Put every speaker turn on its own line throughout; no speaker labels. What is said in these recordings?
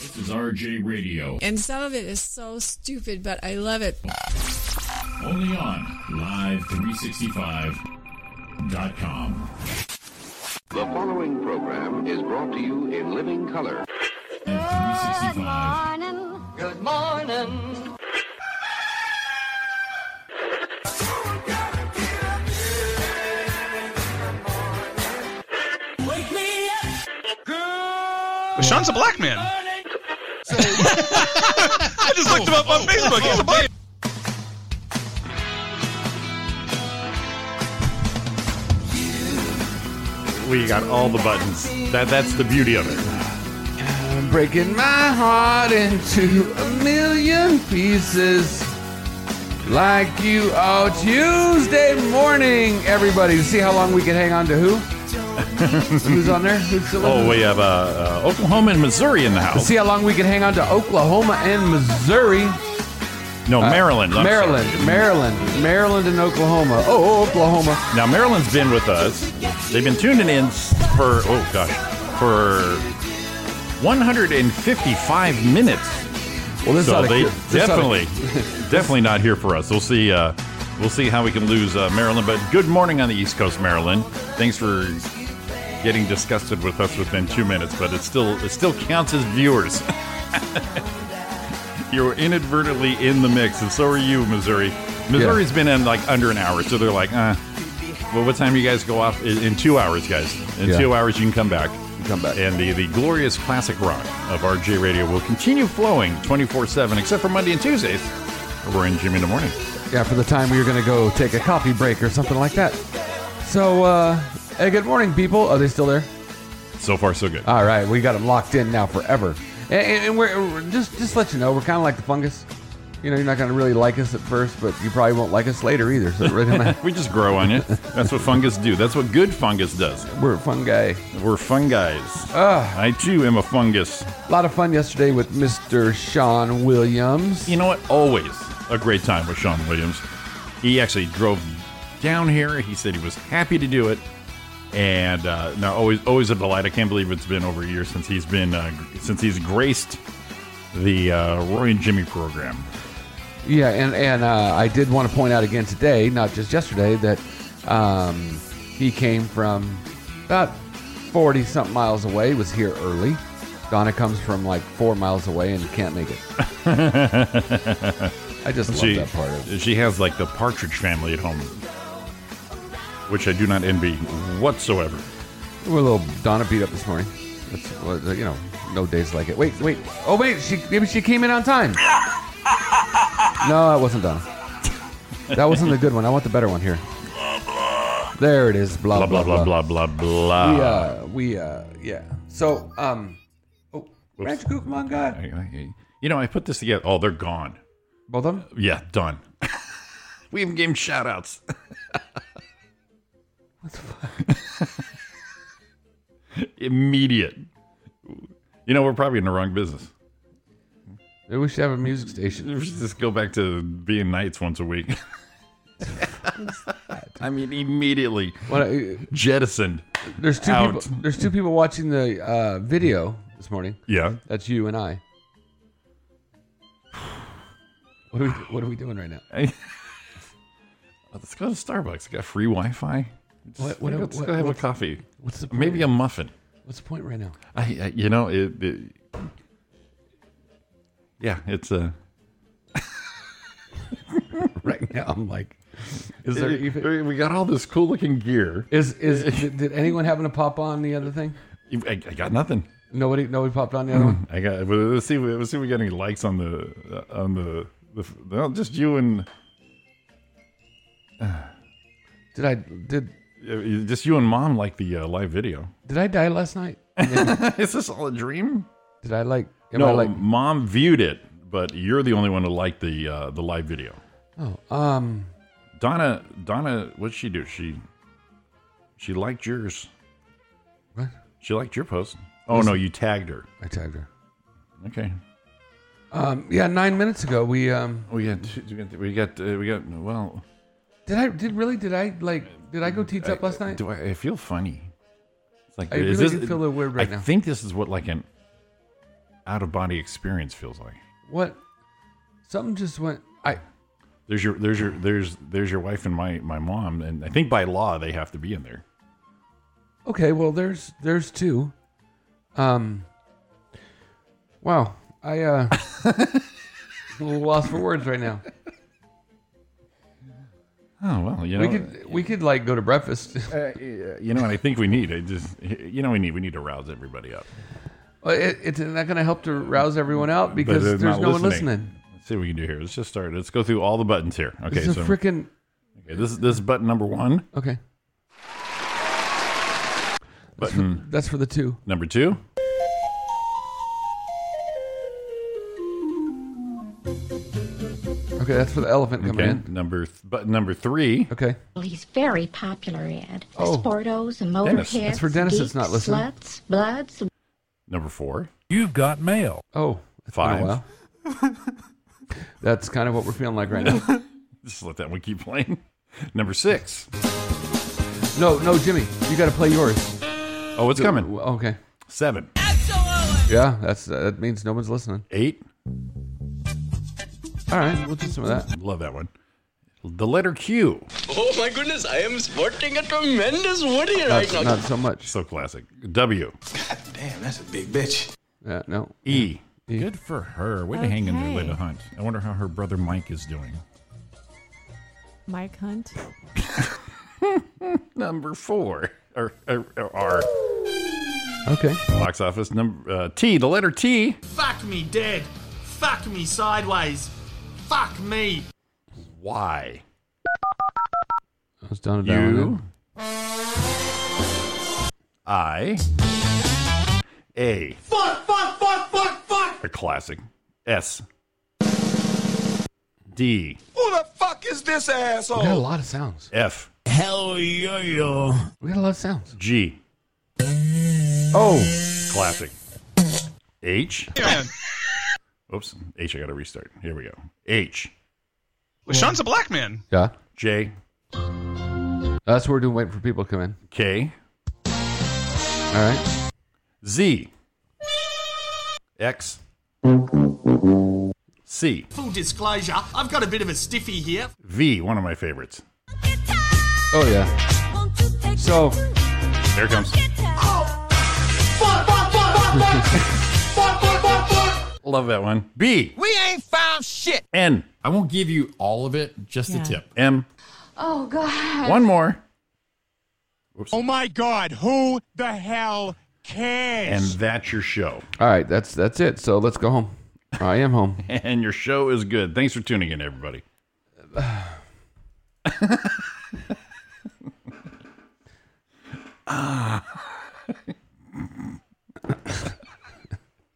This is RJ Radio.
And some of it is so stupid, but I love it.
Only on Live365.com.
The following program is brought to you in living color.
And 365.
morning.
Good morning.
But Sean's a black man. I just looked him up on Facebook. He's a black.
We got all the buttons. That that's the beauty of it.
I'm breaking my heart into a million pieces. Like you all Tuesday morning, everybody. See how long we can hang on to who? Who's on there? Who's still on?
Oh, we have uh, uh, Oklahoma and Missouri in the house.
See how long we can hang on to Oklahoma and Missouri. Uh,
No, Maryland. I'm
Maryland,
sorry.
Maryland, Maryland, and Oklahoma. Oh, Oklahoma.
Now Maryland's been with us. They've been tuning in for oh gosh, for 155 minutes.
Well, this
so
oughta
they
cure- this oughta-
definitely, definitely not here for us. We'll see. Uh, we'll see how we can lose uh, Maryland. But good morning on the East Coast, Maryland. Thanks for getting disgusted with us within two minutes. But it still, it still counts as viewers. You're inadvertently in the mix, and so are you, Missouri. Missouri's been in like under an hour, so they're like, uh, well, what time you guys go off? In, in two hours, guys. In
Yeah.
two hours, you can come back.
come back.
And the, the glorious classic rock of RJ Radio will continue flowing 24 7, except for Monday and Tuesdays. We're in Jimmy in the Morning.
yeah, for the time we were gonna go take a coffee break or something like that. So, uh, hey, good morning, people. Are they still there?
So far, so good.
All right, we got them locked in now forever. And, and- and we're, we're- just just let you know, we're kind of like the fungus. You know, you're not gonna really like us at first, but you probably won't like us later either. So it really, doesn't matter.
we just grow on you. That's what fungus do. That's what good fungus does.
we're a fun guy.
We're fungi. I too am a fungus.
A lot of fun yesterday with Mr. Sean Williams.
You know what? Always a great time with Sean Williams. He actually drove down here. He said he was happy to do it, and uh, now always always a delight. I can't believe it's been over a year since he's been uh, since he's graced the uh, Roy and Jimmy program.
Yeah, and and uh, I did want to point out again today, not just yesterday, that um, he came from about forty something miles away. Was here early. Donna comes from like four miles away and can't make it. I just love that part of it.
she has like the Partridge family at home, which I do not envy whatsoever.
We're a little Donna beat up this morning. That's well, you know, no days like it. Wait, wait. Oh wait, she maybe she came in on time. No, that wasn't Donna. That wasn't the good one. I want the better one here. There it is.
Blah
Uh, blah
blah blah blah blah blah.
we uh we uh yeah so um oh ranch Cucamonga. guy
I- I- you know, I put this together. Oh, they're gone.
both of them
Yeah, done. we even gave him shout outs. what the fuck? Immediate. You know, we're probably in the wrong business.
Maybe we should have a music station
We should just go back to being nights once a week. I mean, immediately
What, uh,
jettisoned.
there's two
Out.
people there's two people watching the uh video this morning
Yeah.
that's you and i what are we what are we doing right now
Let's go to Starbucks. Got free Wi Fi.
What- what-
let's
what-
go have a
what's-
coffee.
what's the point?
Maybe a muffin.
what's the point right now
I, I you know it, it yeah it's uh, a
right now i'm like is
is
there even
we got all this cool looking gear
is is did, did anyone happen to pop on the other thing
I, I got nothing
nobody nobody popped on the other one
I got well, let's see let's see if we got any likes on the uh, on the, the well, just you and
did i did
uh, just you and mom like the uh, live video
did i die last night
is this all a dream
did i like am i
no
like
mom viewed it but you're the only one who liked the uh, the live video
oh um
Donna Donna what'd she do she she liked yours
what
she liked your post oh no you tagged her
i tagged her
okay
Um, yeah, nine minutes ago we um
We got two- we got we got, uh, we got well.
did I did really did I like did I go teats up last night?
Do I, I feel funny? It's like
I
is
really
this-
do feel a little weird right
I
now.
think this is what like an out of body experience feels like.
What? Something just went. I.
There's your there's your there's there's your wife and my my mom, and I think by law they have to be in there.
Okay. Well, there's there's two. Um. Wow. I uh. I'm a little lost for words right now.
Oh well, you
We
know
could we could like go to breakfast.
uh, you know, and I think we need it. Just you know, we need we need to rouse everybody up.
Well, it, it's not going to help to rouse everyone out because
they're
there's
uh, not
no one
listening.
listening.
Let's see what we can do here. Let's just start. Let's go through all the buttons here. Okay,
This is
so
a freaking
okay, this is this is button number one.
okay.
Button
That's for the two.
number two.
Okay, that's for the elephant coming
Okay,
in.
number th- button number three.
Okay,
Well, he's very popular at
Oh.
Sportos and
Dennis.
motorheads.
That's for Dennis that's
geeks,
not listening.
Sluts, bloods,
Number four.
oh, it's been a
Five.
while. that's kind of what we're feeling like right now.
Just let that one keep playing. Number six.
No, no, Jimmy, you got to play yours.
Oh, it's coming.
Okay,
Seven.
yeah, that's that means no one's listening.
Eight.
All right, we'll do some of that.
Love that one. The letter Q.
Oh my goodness, I am sporting a tremendous woody right
Not,
now.
not so much.
So classic. W.
Damn, that's a big bitch.
Yeah, no.
E. Good for her. Way to hang in there, Linda Hunt. I wonder how her brother Mike is doing.
Mike Hunt.
Number four. Or, or, or R.
Okay,
Box office number uh, T. The letter T.
Fuck me dead. Fuck me sideways. Fuck me.
Y.
I was done with that one.
U. I. A.
Fuck, fuck, fuck, fuck, fuck.
A classic. S. D.
Who the fuck is this asshole?
We got a lot of sounds.
F.
We got a lot of sounds.
G.
Oh,
Classic. H.
Man.
Oops. H. I got to restart. Here we go. H.
Well, Sean's a black man.
yeah.
J.
That's what we're doing, waiting for people to come in.
K.
All right.
Z. X. C.
Full disclosure, I've got a bit of a stiffy here.
V. One of my favorites.
Oh yeah. So
There it comes.
Fuck, fuck, fuck, fuck, fuck. fuck, fuck, fuck, fuck.
Love that one. B.
We ain't found shit.
N.
I won't give you all of it, just
Yeah.
a tip.
M.
Oh, God.
One more.
Oh my God, who the hell cares?
And that's your show.
All right, that's that's it. So let's go home. I am home.
And your show is good. Thanks for tuning in, everybody.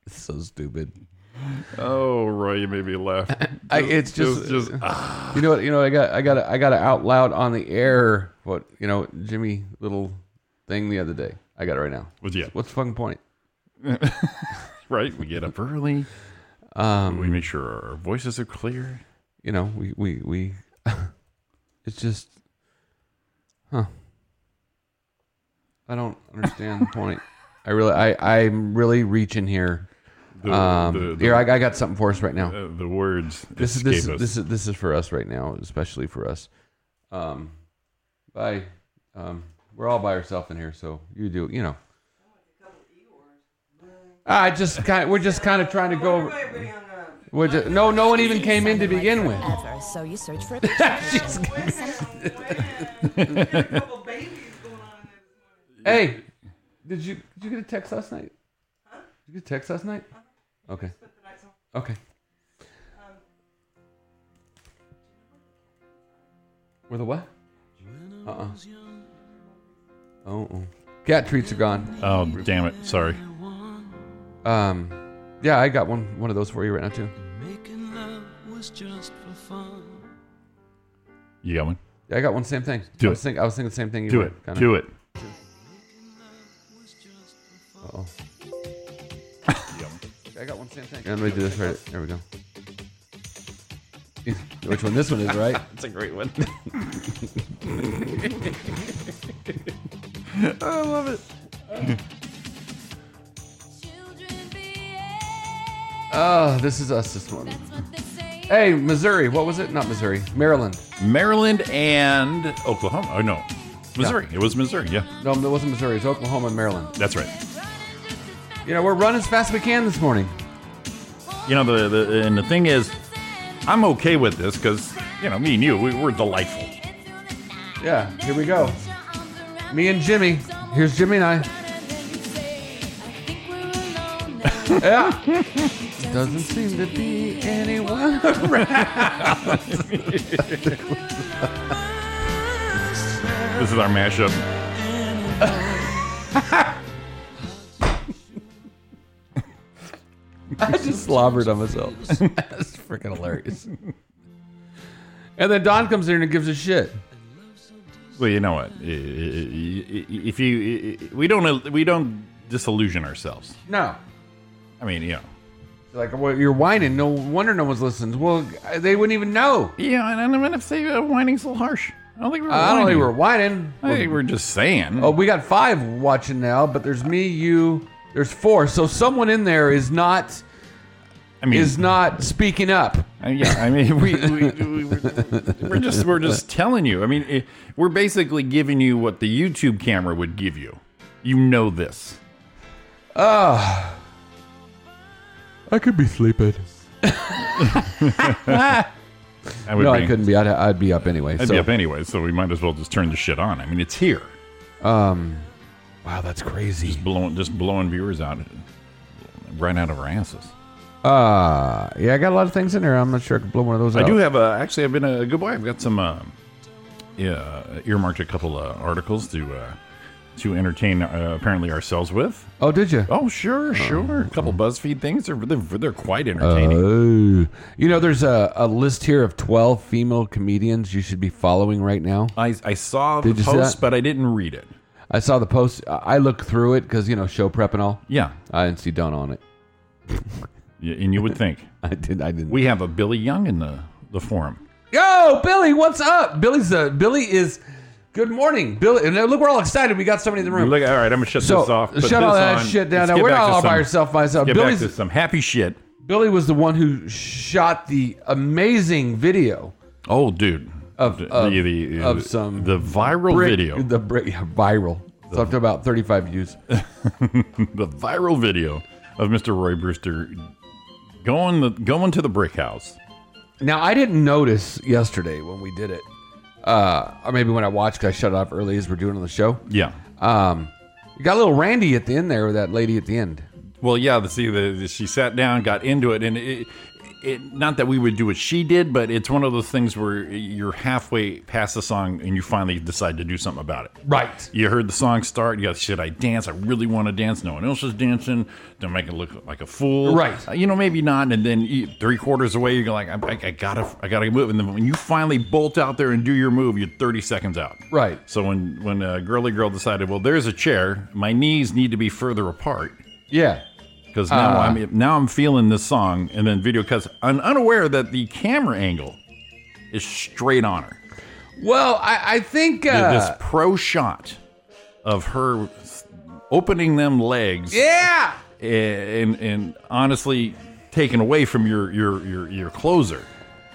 It's so stupid.
Oh, Roy, you made me laugh.
I, it's just, uh,
Just, just ah,
you know what you know. I got I got a, I got a out loud on the air. What you know, Jimmy little thing the other day. I got it right now.
was yeah.
What's the fucking point?
Right, we get up early.
Um,
We make sure our voices are clear.
you know, we we we. it's just, huh? I don't understand the point. I really I I'm really reaching here.
The,
Um,
the, the,
here I, I got something for us right now.
uh, the words
this is
escape
this,
us.
is this is this is for us right now, especially for us. Um, by um, we're all by ourselves in here, so you do you know. I just kind we're just kind of trying to go. Over, we're ju- no, no one even came in to begin with.
Ever, so you search for
She's- hey, did you did you get a text last night? Did you get a text last night? Okay. Okay. Were the what? Uh uh Oh. oh. Cat treats are gone.
oh, damn it. Sorry.
Um, yeah, I got one one of those for you right now too.
You got one?
Yeah, I got one same thing. I
Do it.
was thinking, I was thinking the same thing. You
Do
were,
it.
kinda.
Do it.
Uh-oh. I got one same thing. And we do this right. There we go. Which one? This one is right.
That's a great one. I love it.
Children be
Oh, this is us this morning. Hey, Missouri. What was it? Not Missouri. Maryland.
Maryland and Oklahoma. Oh no, Missouri. It was Missouri. Yeah.
No, it wasn't Missouri. It was Oklahoma and Maryland.
That's right.
You know, we're running as fast as we can this morning.
You know the, the and the thing is, I'm okay with this because you know me and you we, we're delightful.
Yeah, here we go. Me and Jimmy. Here's Jimmy and I. yeah. Doesn't seem to be anyone around.
This is our mashup.
I just slobbered on myself. That's freaking hilarious. And then Don comes in and gives a shit.
Well, you know what? I- I- I- If you I- I- we don't we don't disillusion ourselves.
No.
I mean, you know.
Like, well, you're whining. No wonder no one's listening. Well, they wouldn't even know.
Yeah, and I'm gonna say uh, whining's a little harsh. I don't think we're.
I don't think
whining.
we're whining.
I think we're just saying.
Oh, we got five watching now, but there's me, you, there's four. So someone in there is not.
I mean-
is not speaking up.
Uh, yeah, I mean, we, we, we we're just we're just telling you. I mean, it, we're basically giving you what the YouTube camera would give you. You know this.
Ah. I could be sleeping.
would
no,
be-
I couldn't be. I'd, I'd be up anyway.
I'd
so.
be up anyway, so we might as well just turn the shit on. I mean, it's here.
Um, wow, that's crazy.
Just blowing, just blowing viewers out, right out of our asses.
Uh, yeah, I got a lot of things in there. I'm not sure I could blow one of those
I
out.
do have a. Actually, I've been a good boy. I've got some. Uh, yeah, earmarked a couple uh, articles to uh, to entertain uh, apparently ourselves with.
Oh, did you?
Oh, sure, sure. A couple BuzzFeed things. They're they're, they're quite entertaining.
Oh, you know, there's a, a list here of 12 female comedians you should be following right now.
I I saw the
Did you see
post,
that?
but I didn't read it.
I saw the post. I I looked through it because you know show prep and all.
Yeah.
I didn't see Don on it.
Y- And you would think
I did. I didn't.
we have a Billy Young in the the forum.
Yo, Billy, what's up? Billy's uh, Billy is. Good morning, Billy. And look, we're all excited. We got somebody in the room.
Look, all right, I'm gonna shut
So,
this off. put
shut all
this
that
on.
shit down.
Let's
Now,
get
we're
back
not
to
all by
some-
ourselves, by
let's
ourselves.
Get back
Billy's-
to some happy shit.
Billy was the one who shot the amazing video
Oh, dude.
of
The-
of,
the- the-
of some
the viral
brick-
video.
The brick, yeah, viral. It's up to about thirty five views.
the viral video of Mr. Roy Brewster going the going to the brick house.
Now I didn't notice yesterday when we did it, uh, or maybe when I watched, 'cause I shut it off early as we're doing on the show.
Yeah.
Um, you got a little Randy at the end there with that lady at the end.
Well, yeah. The, see, the, the- she sat down, got into it, and it, it. Not that we would do what she did, but it's one of those things where you're halfway past the song and you finally decide to do something about it.
Right.
You heard the song start. You got should I dance? I really want to dance. No one else is dancing. Don't make it look like a fool.
Right.
Uh, you know, maybe not. And then you, three quarters away, you go like, I, I, I gotta, I gotta move. And then when you finally bolt out there and do your move, you're 30 seconds out.
Right.
So when when uh, girly girl decided, well, there's a chair. My knees need to be further apart
Yeah.
because now
Ah.
I'm now I'm feeling this song. And then video cuts. I'm unaware that the camera angle is straight on her.
Well, I, I think
Th-
uh,
this pro shot of her s- opening them legs
yeah.
and and honestly taken away from your your your, your closer.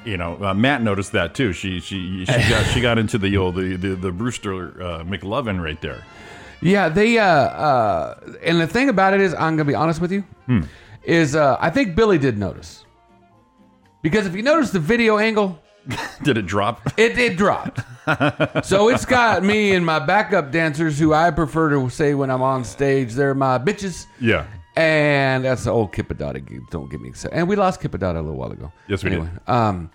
You know, uh, Matt noticed that too. She she she got she got into the old the the, the Brewster uh, McLovin right there.
Yeah, they uh, uh, and the thing about it is, I'm gonna be honest with you, is uh, I think Billy did notice because if you notice the video angle,
Did it drop?
it it dropped. so it's got me and my backup dancers, who I prefer to say when I'm on stage, they're my bitches.
Yeah.
And that's the old Kipadada. gig. Don't get me excited. And we lost Kipadada a little while ago.
Yes, we did.
Um,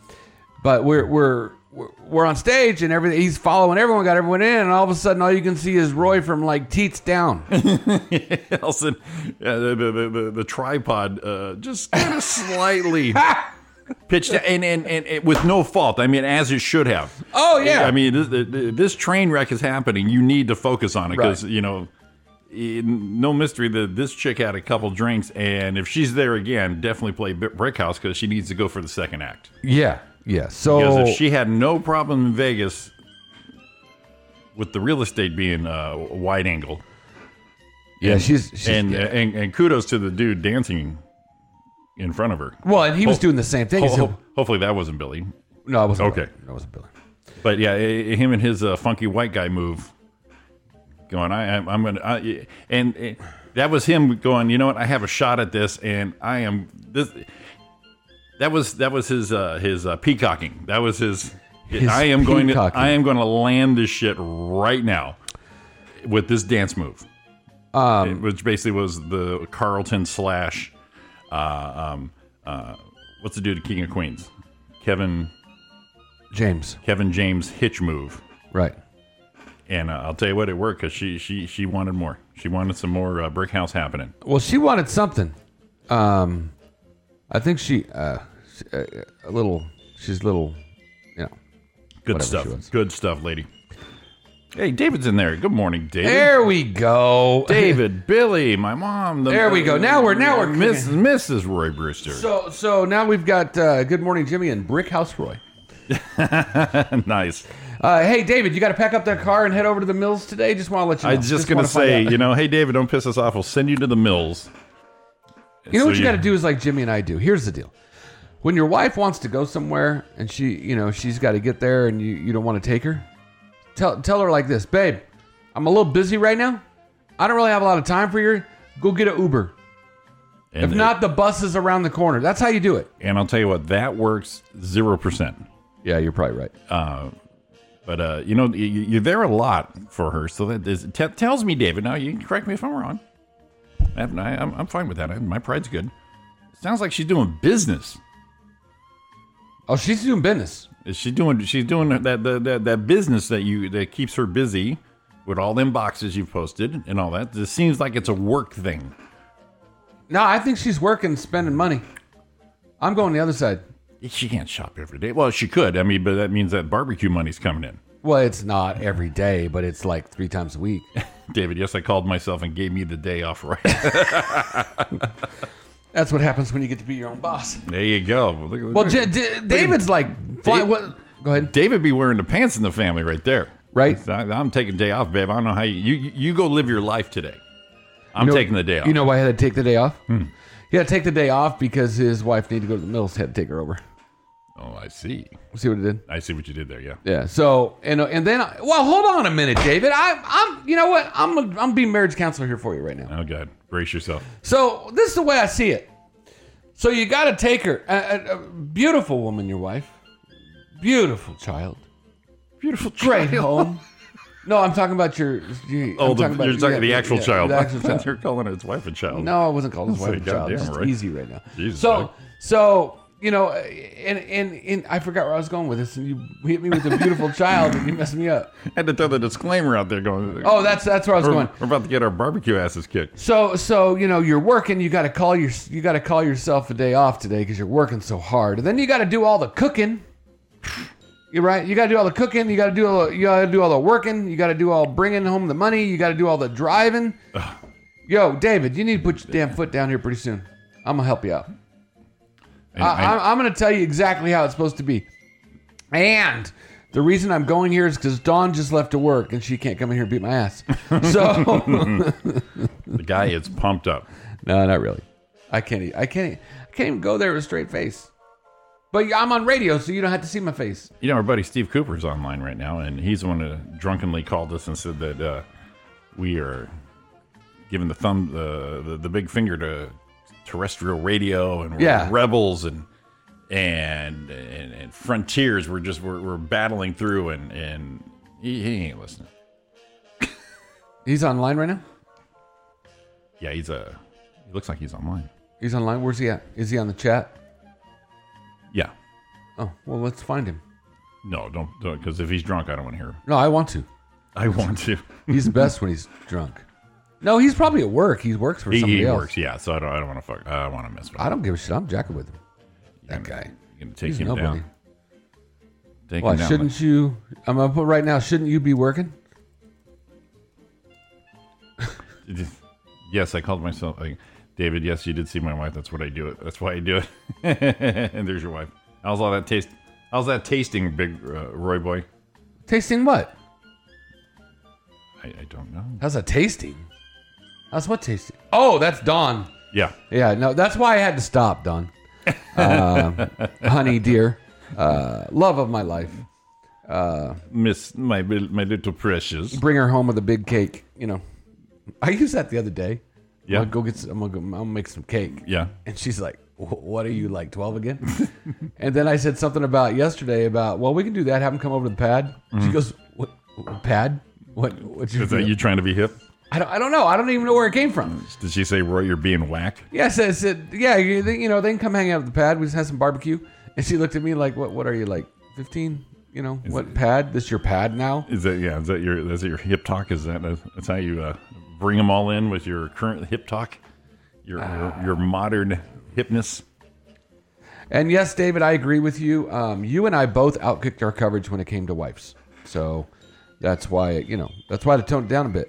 but we're we're we're- we're on stage and everything. He's following everyone. Got everyone in, and all of a sudden, all you can see is Roy from like teats down.
Elson, yeah, uh, the, the, the- the, the tripod uh, just kind of slightly pitched and, and, and, and with no fault. I mean, as it should have.
Oh, yeah.
I mean, this, the- the- this train wreck is happening. You need to focus on it because,
Right.
you know, i- no mystery that this chick had a couple drinks. And if she's there again, definitely play Bi- Brick House because she needs to go for the second act.
Yeah, yeah.
Because
So
if she had no problem in Vegas with the real estate being uh, wide angle.
yeah,
And-
she's, she's
and,
yeah.
and and kudos to the dude dancing in front of her.
Well, and he was doing the same thing. He said-
hopefully, that wasn't Billy.
No, it wasn't.
Oh, Okay,
that wasn't Billy.
But yeah, i- i- him and his uh, funky white guy move. Going, I, I'm, I'm gonna, I, y- and eh, that was him going. You know what? I have a shot at this, and I am this. That was that was his uh, his uh, peacocking. That was his.
His
I am going to
peacocking.
I am going to land this shit right now with this dance move, um, which basically was the Carlton slash. Uh, um, uh, what's the dude at King of Queens? Kevin
James.
Kevin James hitch move.
Right.
And uh, I'll tell you what, it worked because she she she wanted more. She wanted some more uh, brick house happening.
Well, she wanted something. Um, I think she uh, she- uh, a little. She's a little. You know.
Good
whatever she
stuff. Good stuff, lady. Hey, David's in there. Good morning, David.
There we go.
David, Billy, my mom. The,
There we go. Now we're- now we're-
Miss, Mrs. Roy Brewster.
So so now we've got uh, Good Morning Jimmy and Brick House Roy.
nice.
Uh, hey David, you got to pack up that car and head over to the mills today. Just want to let you.
I
know.
was just, gonna
wanna find
say,
out.
you know, hey David, don't piss us off. We'll send you to the mills.
You know
So
what you got to do is like Jimmy and I do. Here's the deal: when your wife wants to go somewhere and she, you know, she's got to get there, and you, you don't want to take her, tell tell her like this, babe, I'm a little busy right now. I don't really have a lot of time for you. Go get an Uber.
And
if
it-
not, the bus is around the corner. That's how you do it.
And I'll tell you what, that works zero percent.
Yeah, you're probably right.
Uh, but uh, you know, y- y- you're there a lot for her, so that is, t- tells me, David. Now you can correct me if I'm wrong. I have, I, I'm, I'm fine with that. I, my pride's good. Sounds like she's doing business.
Oh, she's doing business.
Is she doing? She's doing that that, that that business that you that keeps her busy with all them boxes you've posted and all that. This seems like it's a work thing.
No, I think she's working, spending money. I'm going the other side.
She can't shop every day. Well, she could. I mean, but that means that barbecue money's coming in.
Well, it's not every day, but it's like three times a week.
David, yes, I called myself and gave me the day off right.
That's what happens when you get to be your own boss.
there you go. Look at-
Well, J- D- David's like, fly,
Dave-
what? Go ahead.
David be wearing the pants in the family right there.
Right.
I, am taking day off, babe. I don't know how you, you you go live your life today. I'm
You know-
taking the day off. Hmm.
You know why he had to take the day off? He had to take the day off because his wife needed to go to the mills. Had to take her over.
Oh, I see.
See what it did?
I see what you did there. Yeah.
Yeah. So and uh, and then well, hold on a minute, David. I I'm you know what I'm I'm gonna be marriage counselor here for you right now.
Oh God, brace yourself.
So this is the way I see it. So you got to take her. A, a, a beautiful woman, your wife. Beautiful child.
Beautiful,
Great home. No, I'm talking about your. your
Oh,
I'm
the,
about-
you're talking
yeah,
the
yeah,
actual
yeah,
child.
The actual child.
you're calling his wife a child.
No, I wasn't calling his
That's
wife a
pretty
child. It's
Oh. goddamn
just
right.
easy right now.
Jesus,
so,
Doug.
so you know, and, and and I forgot where I was going with this, and you hit me with a beautiful child, and you messed me up.
I had to throw the disclaimer out there. Going.
Oh, that's that's where I was
we're,
going.
we're about to get our barbecue asses kicked.
So, so you know, you're working. You got to call your you got to call yourself a day off today because you're working so hard, and then you got to do all the cooking. You're right. You got to do all the cooking. You got to do all the, you got to do all the working. You got to do all bringing home the money. You got to do all the driving. Yo, David, you need to put your damn foot down here pretty soon. I'm gonna help you out.
And
I, I'm, I'm going to tell you exactly how it's supposed to be. And the reason I'm going here is because Dawn just left to work and she can't come in here and beat my ass. So
the guy is pumped up.
no, not really. I can't. e- I can't. I can't even go there with a straight face. But I'm on radio, so you don't have to see my face.
You know, our buddy Steve Cooper's online right now, and he's the one who drunkenly called us and said that uh, we are giving the thumb, uh, the the big finger to terrestrial radio, and we're
Yeah.
rebels and, and and and frontiers. We're just we're, we're battling through, and and he, he ain't listening.
He's online right now.
Yeah, he's a. He looks like he's online.
He's online. Where's he at? Is he on the chat?
Yeah.
Oh, well, let's find him.
No, don't don't because if he's drunk, I don't want to hear. him.
No, I want to.
I want to.
He's best when he's drunk. No, he's probably at work. He works for
He,
somebody
he
else.
works, yeah. So I don't. I don't want to fuck. I want to mess with him.
I don't give a shit. I'm jacking with him. That guy.
You're gonna take
He's
him
nobody.
down. Take
Why
him down.
shouldn't you? I'm up right now. Shouldn't you be working?
Yes, I called myself. I, David, yes, you did see my wife. That's what I do. It. That's why I do it. and there's your wife. How's all that taste? How's that tasting, big uh, Roy boy?
Tasting what?
I, I don't know.
How's that tasting? How's what tasting? Oh, that's Dawn.
Yeah.
Yeah, no, that's why I had to stop, Don. Uh, honey, dear, uh, love of my life. Uh,
Miss my my little precious.
Bring her home with a big cake. You know, I used that the other day.
Yeah.
I'm gonna go get. Some, I'm gonna go, I'm gonna make some cake.
Yeah.
And she's like, "Wh- "What are you like, twelve again?" and then I said something about yesterday about, "Well, we can do that. Have them come over to the pad." She
Mhm.
goes, "What, what pad? What? What
Is that you trying to be hip?
I don't. I don't know. I don't even know where it came from."
Did she say Roy, you're being whack?
Yeah, I said, I said yeah, you, they, you know, they can come hang out at the pad. We just had some barbecue. And she looked at me like, what What are you, like 15? You know, what pad? This your pad now?
Is that yeah? Is that your is that your hip talk? Is that that's how you uh, bring them all in with your current hip talk, your
Ah.
your, your modern hipness?
And yes, David, I agree with you. Um, you and I both outkicked our coverage when it came to wives. So that's why, you know, that's why to tone it down a bit.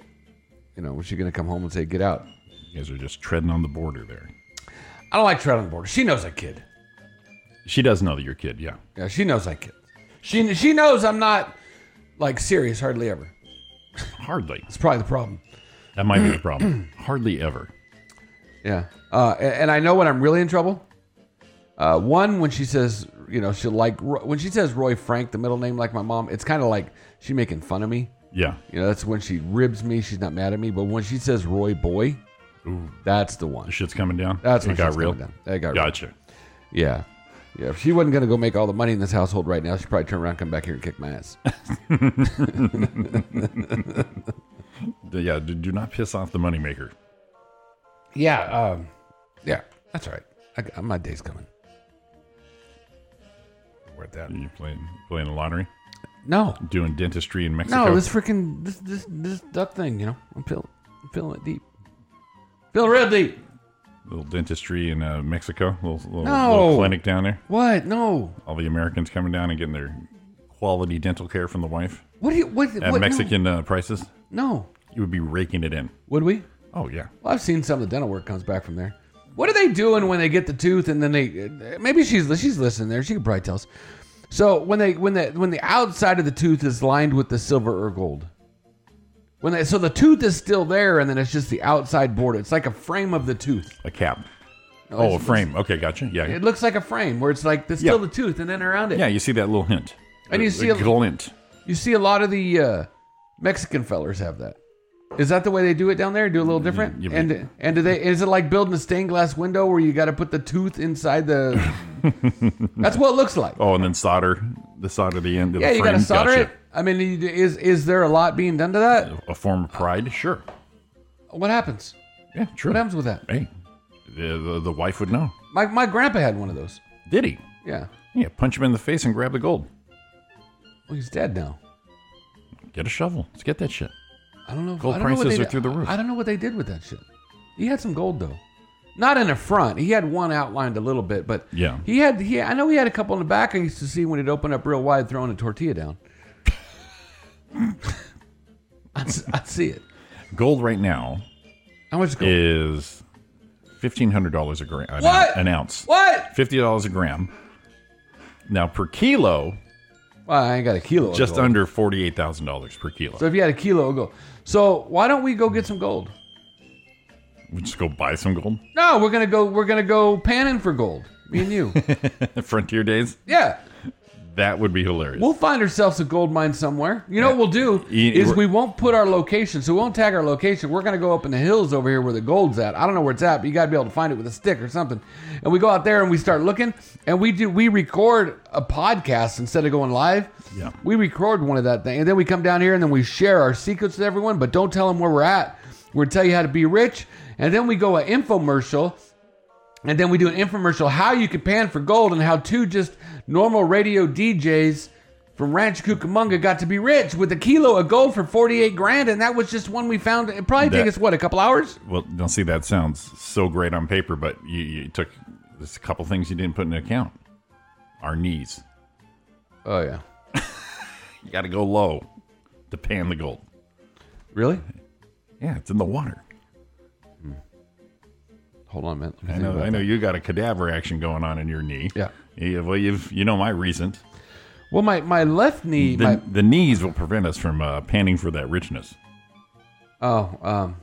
You know, was she going to come home and say, get out?
You guys are just treading on the border there.
I don't like treading on the border. She knows I kid.
She does know that you're a kid. Yeah.
Yeah, she knows I kid. She, she knows I'm not like serious hardly ever.
Hardly.
That's probably the problem.
That might be the problem. Hardly ever.
Yeah. Uh, a- and, I know when I'm really in trouble. Uh, one, when she says, you know, she like Ro- when she says Roy Frank, the middle name, like my mom. It's kind of like she making fun of me.
Yeah.
You know, that's when she ribs me. She's not mad at me, but when she says Roy Boy, that's the one.
Shit's coming down.
That's
It
when
got
shit's
real?
coming Down. That got
Gotcha.
Yeah. Yeah, if she wasn't going to go make all the money in this household right now, she'd probably turn around, come back here, and kick my ass.
yeah. Do, do not piss off the moneymaker.
yeah, um, yeah, that's all right. I, my day's coming. Where that?
You playing playing the lottery?
No.
Doing dentistry in Mexico.
No, this freaking this this this duck thing, you know. I'm feeling I'm feeling it deep. Feeling real deep.
little dentistry in uh, Mexico. Little, little,
No.
little clinic down there.
What? No.
All the Americans coming down and getting their quality dental care from the wife
What do you what
at
what-
Mexican uh, prices.
No. no.
You would be raking it in.
Would we?
Oh yeah.
Well, I've seen some of the dental work comes back from there. What are they doing when they get the tooth and then they uh, maybe she's she's listening there. She could probably tell us. So when they when the when the outside of the tooth is lined with the silver or gold. When they, so the tooth is still there and then it's just the outside border. It's like a frame of the tooth.
A cap.
No,
oh, a
it's-
frame. Okay, gotcha. Yeah.
It looks like a frame where it's like there's still the tooth and then around it.
yeah, you see that little hint.
And you
A-
see
a
a-
glint.
You see a lot of the uh, Mexican fellers have that. Is that the way they do it down there? Do it a little different?
you-
and and do they is it like building a stained glass window where you got to put the tooth inside the? That's what it looks like.
Oh, and then solder the solder the end of
yeah,
the
you
frame.
got to solder
Gotcha.
it. I mean, you- is is there a lot being done to that?
A form of pride, sure.
What happens?
Yeah, true.
What happens with that?
Hey, the, the, the wife would know.
My my grandpa had one of those.
Did he?
Yeah.
Yeah, punch him in the face and grab the gold.
Well, he's dead now.
Get a shovel. Let's get that shit.
I don't know.
Gold
I don't know what
prices
they
are
did-
through the roof.
I don't know what they did with that shit. He had some gold though, not in the front. He had one outlined a little bit, but
Yeah.
he had he. I know he had a couple in the back. I used to see when he'd open up real wide, throwing a tortilla down. I'd, s- I'd see it.
Gold right now
How much gold?
is fifteen hundred dollars a gram. An,
What?
an ounce?
What?
Fifty dollars a gram. Now per kilo,
Well, I ain't got a kilo. of
just
gold.
under forty-eight thousand dollars per kilo.
So if you had a kilo of gold, so why don't we go get some gold?
we just go buy some gold.
No, we're gonna go. We're gonna go panning for gold. Me and you.
Frontier days.
yeah.
That would be hilarious.
We'll find ourselves a gold mine somewhere. You know what we'll do
You-
is we
we're-
won't put our location, so we won't tag our location. We're gonna go up in the hills over here where the gold's at. I don't know where it's at, but you gotta be able to find it with a stick or something. And we go out there and we start looking, and we do we record a podcast instead of going live.
Yeah.
we record one of that thing, and then we come down here and then we share our secrets with everyone, but don't tell them where we're at. We'll tell you how to be rich, and then we go an infomercial and then we do an infomercial how you can pan for gold and how two just normal radio DJs from Ranch Cucamonga got to be rich with a kilo of gold for 48 grand. And that was just one we found. It probably took
That-
us, what, a couple hours?
Well, don't see that sounds so great on paper, but you, you took there's a couple things you didn't put into account. Our knees.
Oh, yeah.
You got to go low to pan the gold.
Really?
Yeah, it's in the water.
Hold on a minute. Let me
I
think
know.
about
I know
that.
you got a cadaver action going on in your knee.
Yeah.
Yeah, well, you've you know my recent.
Well, my, my left knee,
The,
my,
the knees will prevent us from uh, panning for that richness.
oh, um,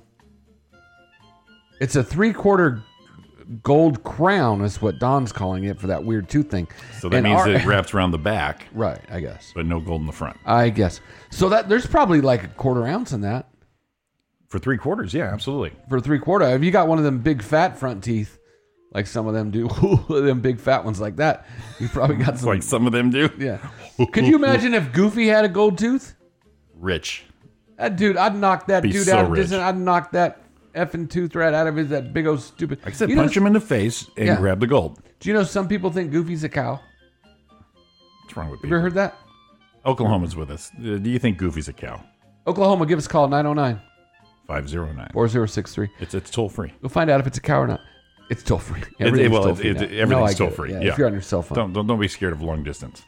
it's a three quarter gold crown is what Don's calling it for that weird tooth thing.
So that
And
means
our-
it wraps around the back.
Right, I guess.
But no gold in the front.
I guess. So that there's probably like a quarter ounce in that.
For three quarters, yeah, absolutely.
For three quarter. If you got one of them big fat front teeth, like some of them do, them big fat ones like that, you probably got some.
Like some of them do.
Yeah. Could you imagine if Goofy had a gold tooth?
Rich.
That dude, I'd knock that
Be
dude
so
out of
rich.
his. I'd knock that effing tooth right out of his. That big old stupid.
Like I said, punch him in the face and
Yeah.
grab the gold.
Do you know some people think Goofy's a cow?
What's wrong with
Have you
people?
ever heard that?
Oklahoma's with us. Uh, Do you think Goofy's a cow?
Oklahoma, give us a call 909
509.
4063.
It's, it's toll free.
We'll find out if it's a cow or not. It's toll free.
It- it-
Everything's
well,
toll
it-
free.
it-
now.
everything's
No, I get
toll
it.
free.
Yeah,
Yeah,
If you're on your cell phone.
Don't, don't, don't be scared of long distance.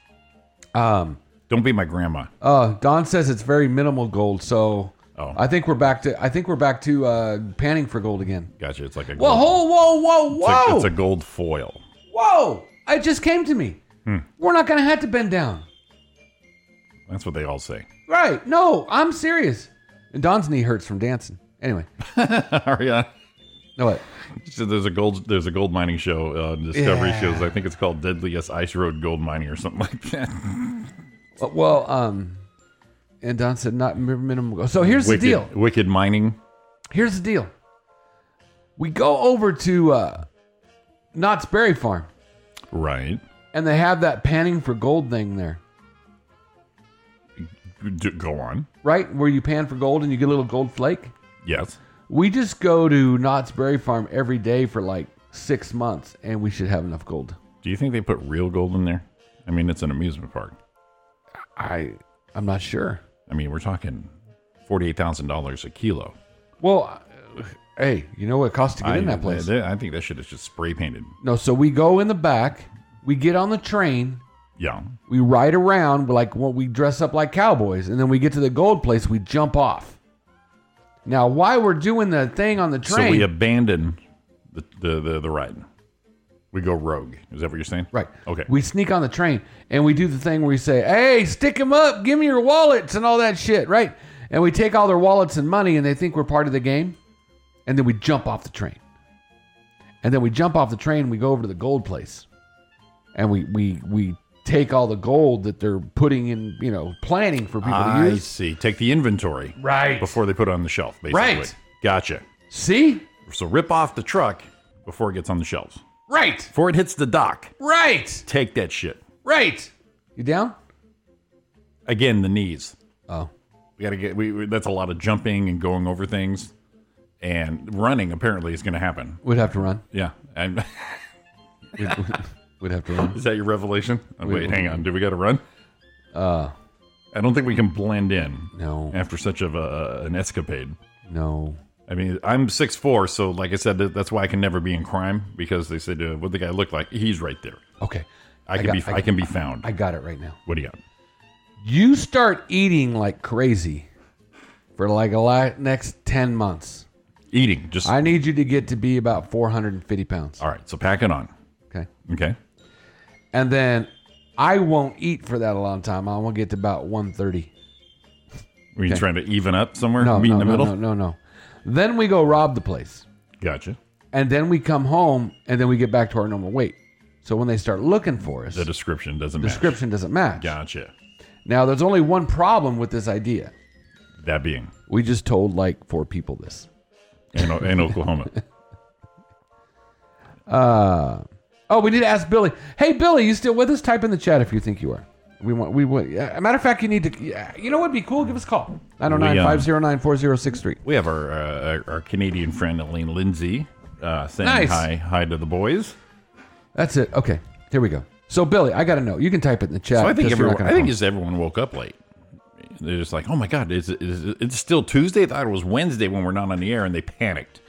Um,
Don't be my grandma.
uh, Don says it's very minimal gold, so
Oh.
I think we're back to I think we're back to uh, panning for gold again.
Gotcha. It's like a
Whoa,
gold,
whoa, whoa, whoa,
it's a-
whoa,
it's a gold foil.
whoa! It just came to me.
Hmm.
We're not gonna have to bend down,
That's what they all say.
right? No, I'm serious. And Don's knee hurts from dancing. Anyway,
Ariana.
No what?
So there's a gold there's a gold mining show uh, Discovery
Yeah.
shows. I think it's called Deadliest Ice Road Gold Mining or something like that.
Uh, well, um, and Don said not min- minimum gold. So Oh, here's
Wicked-
the deal.
Wicked Mining.
Here's the deal. We go over to uh, Knott's Berry Farm,
Right.
and they have that panning for gold thing there,
D- go on.
right? Where you pan for gold and you get a little gold flake.
Yes.
We just go to Knott's Berry Farm every day for like six months, and we should have enough gold.
Do you think they put real gold in there? I mean, it's an amusement park.
I I'm not sure.
I mean, we're talking forty-eight thousand dollars a kilo.
Well, uh, hey, you know what it costs to get
I,
in that place?
they- I think that shit is just spray painted.
No, so we go in the back, we get on the train,
Yeah.
we ride around, we're like well, we dress up like cowboys, and then we get to the gold place, we jump off. Now, why we're doing the thing on the train?
So we abandon the, the the the ride. We go rogue. Is that what you're saying?
Right.
Okay.
We sneak on the train and we do the thing where we say, "Hey, stick 'em up, give me your wallets and all that shit," right? And we take all their wallets and money, and they think we're part of the game, and then we jump off the train, and then we jump off the train. We go over to the gold place, and we we we take all the gold that they're putting in, you know, planning for people to
I
use.
see. Take the inventory.
Right.
Before they put it on the shelf, basically.
Right.
Gotcha.
See?
So rip off the truck before it gets on the shelves.
Right,
Before it hits the dock,
right,
take that shit.
right. You down?
Again, the knees.
Oh.
We got to get, we, we- that's a lot of jumping and going over things. And running apparently is going to happen.
We'd have to run.
Yeah. And
We'd have to run.
is that your revelation? Oh,
We-
wait, hang on. Do we got to run?
Uh,
I don't think we can blend in
no,
after such of a, an escapade.
no.
I mean, I'm six four, so like I said, that, that's why I can never be in crime because they said uh, what the guy looked like. He's right there.
Okay.
I can
got-
be I, can be found.
I got it right now.
what do you got?
you start eating like crazy for like a lot next 10 months
Eating. Just
i need you to get to be about 450 pounds
all right. So pack it on.
okay
Okay.
and then i won't eat for that a long time i won't get to about 130
Were you
Okay.
trying to even up somewhere?
no
Meet
no,
in the
no,
middle.
no no no then we go rob the place
Gotcha.
and then we come home and then we get back to our normal weight so when they start looking for us
The description doesn't
description doesn't match
match. Gotcha.
now there's only one problem with this idea
That being
we just told like four people this
in, O- in Oklahoma.
Uh, oh, we need to ask Billy. Hey, Billy, you still with us? Type in the chat if you think you are. We want. We want. Yeah. Matter of fact, you need to. Yeah, you know what'd be cool? Give us a call.
um,
909-509-4063.
We have our uh, our- our Canadian friend Elaine Lindsay uh, saying
Nice.
hi hi to the boys.
That's it. Okay, here we go. So, Billy, I got to know. You can type it in the chat.
So I think
because you're not
everyone,
gonna
I think
call.
just everyone woke up late. They're just like, oh my god, is, is, it's still Tuesday? I thought it was Wednesday when we're not on the air, and they panicked.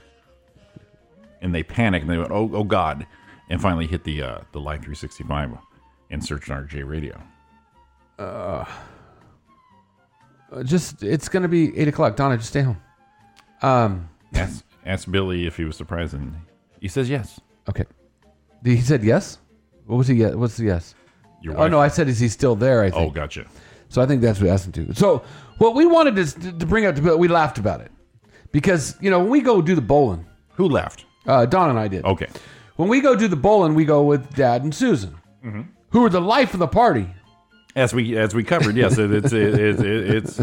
And they panicked, and they went, oh, oh god, and finally hit the uh, the line three sixty five, and searched RJ Radio.
Uh, just it's gonna be eight o'clock. Donna, just stay home. Um.
Asked, asked Billy if he was surprised, and he says yes.
Okay. He said yes. What was he? Yes. What's the yes?
Your
Oh no, I said is he still there? I
oh
think.
gotcha.
So I think that's what we asked him to. So what we wanted is to, to bring up to Bill. We laughed about it because you know when we go do the bowling.
Who left? Oh.
Uh, Don and I did.
Okay,
When we go do the bowling, we go with Dad and Susan,
Mm-hmm.
who are the life of the party.
As we as we covered, yes, it, it's it, it, it's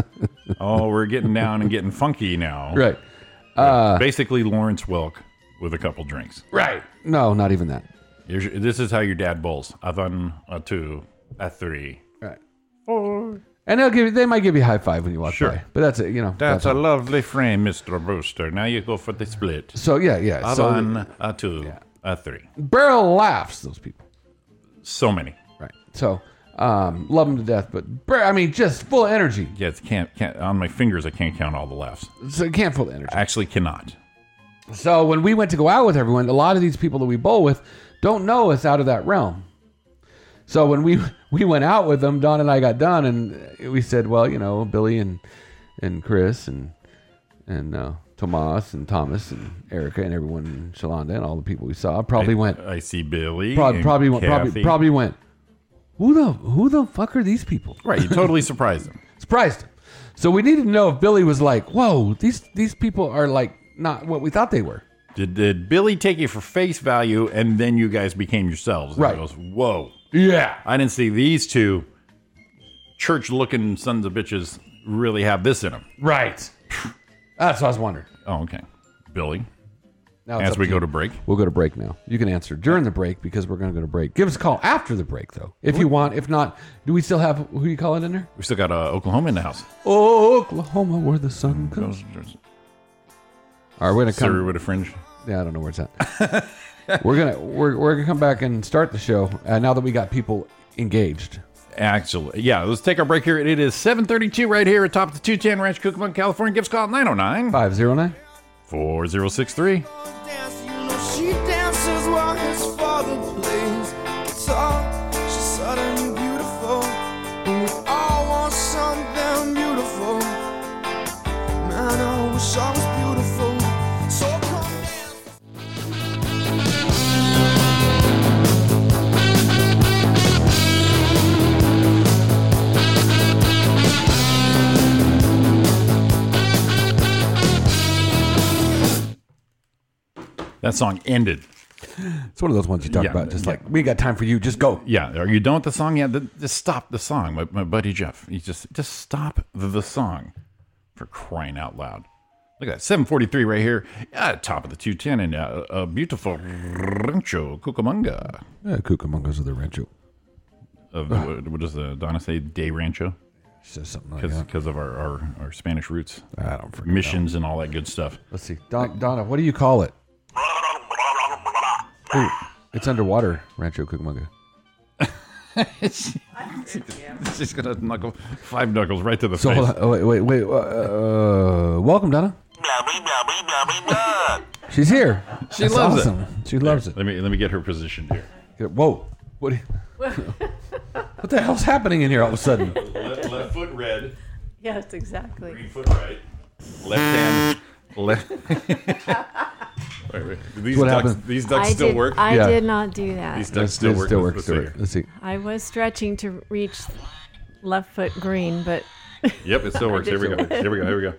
oh, we're getting down and getting funky now,
Right.
Uh, Basically, Lawrence Welk with a couple drinks.
Right. No, not even that.
Here's your- this is how your dad bowls: a one, a two, a three.
Right. And they'll give you, they might give you a high five when you walk
Sure.
by, but that's it. You know.
That's
all.
a lovely frame, Mister Brewster. Now you go for the split:
So yeah, yeah.
a
so
one, a two, a three.
Beryl laughs those people.
So many.
Right. So um, love them to death, but Ber- I mean, just full of energy.
Yeah, it's can't can't on my fingers. I can't count all the laughs.
So can't full of energy.
I actually cannot.
So when we went to go out with everyone, a lot of these people that we bowl with don't know us out of that realm. So when we we went out with them, Don and I got done, and we said, well, you know, Billy and and Chris and and uh, Tomas and Thomas and Erica and everyone in Shalanda and all the people we saw probably
I,
went
I see Billy.
probably
uh, and
probably went,
Kathy.
probably probably went. Who the who the fuck are these people?
Right, you totally surprised them.
surprised him. So we needed to know if Billy was like, "Whoa, these these people are like not what we thought they were."
Did, did Billy take you for face value, and then you guys became yourselves? And
Right.
he goes, whoa.
Yeah.
I didn't see these two church-looking sons of bitches really have this in them.
Right. That's what I was wondering.
Oh, okay. Billy,
Now Oh, it's
as
up
we
to
go
you.
to break,
we'll go to break now. You can answer during the break because we're going to go to break. Give us a call after the break though, if you want. If not, do we still have who you calling in there?
we still got uh, Oklahoma in the house.
Oh, Oklahoma, where the sun goes. All right, we're gonna
Surrey
come.
with a fringe.
Yeah, I don't know where it's at. we're gonna we're, we're gonna come back and start the show uh, now that we got people engaged.
Actually, yeah, let's take our break here. It is 732 right here atop the 210 Ranch Cookman, California. Give us a call 909
Five zero nine.
4063.
She dances while his father plays guitar. She's sudden and beautiful. And we all want something beautiful. Man, I wish I was beautiful. So come dance.
That song ended.
It's one of those ones you talk
Yeah,
about, just
yeah.
like we ain't got time for you. Just go.
Yeah, are you done with the song yet? Th- Just stop the song, my, my buddy Jeff. He just just stop the, the song for crying out loud. Look at that, seven forty three right here, uh, top of the two ten, and uh, a beautiful Rancho Cucamonga.
Uh, Cucamongas of the Rancho.
Of the, what- what does the Donna say? Day Rancho,
Says something like that.
because of our, our our Spanish roots,
I don't forget.
missions, and all that good stuff.
Let's see, Don, Donna, what do you call it? Ooh, it's underwater, Rancho Cucamonga.
It's just gonna knuckle five knuckles right to the
So
face.
hold on. Oh, wait, wait, wait. Uh, uh, welcome, Donna. She's here. She
loves it.
awesome. She loves it.
Let me let me get her positioned here.
Yeah, Whoa! What? do you- what the hell's happening in here all of a sudden?
Left, left foot red,
Yes, exactly.
green foot right, left hand left. wait, wait. Do These
What
ducks,
happened?
these ducks
I
still
did,
work.
I
Yeah.
did not do that.
these ducks still
It
work.
Still works.
Let's- let's
Still
see
works. Let's see.
I was stretching to reach left foot green, but
here. Yep, it still works. Here we go. Here we go. Here we go.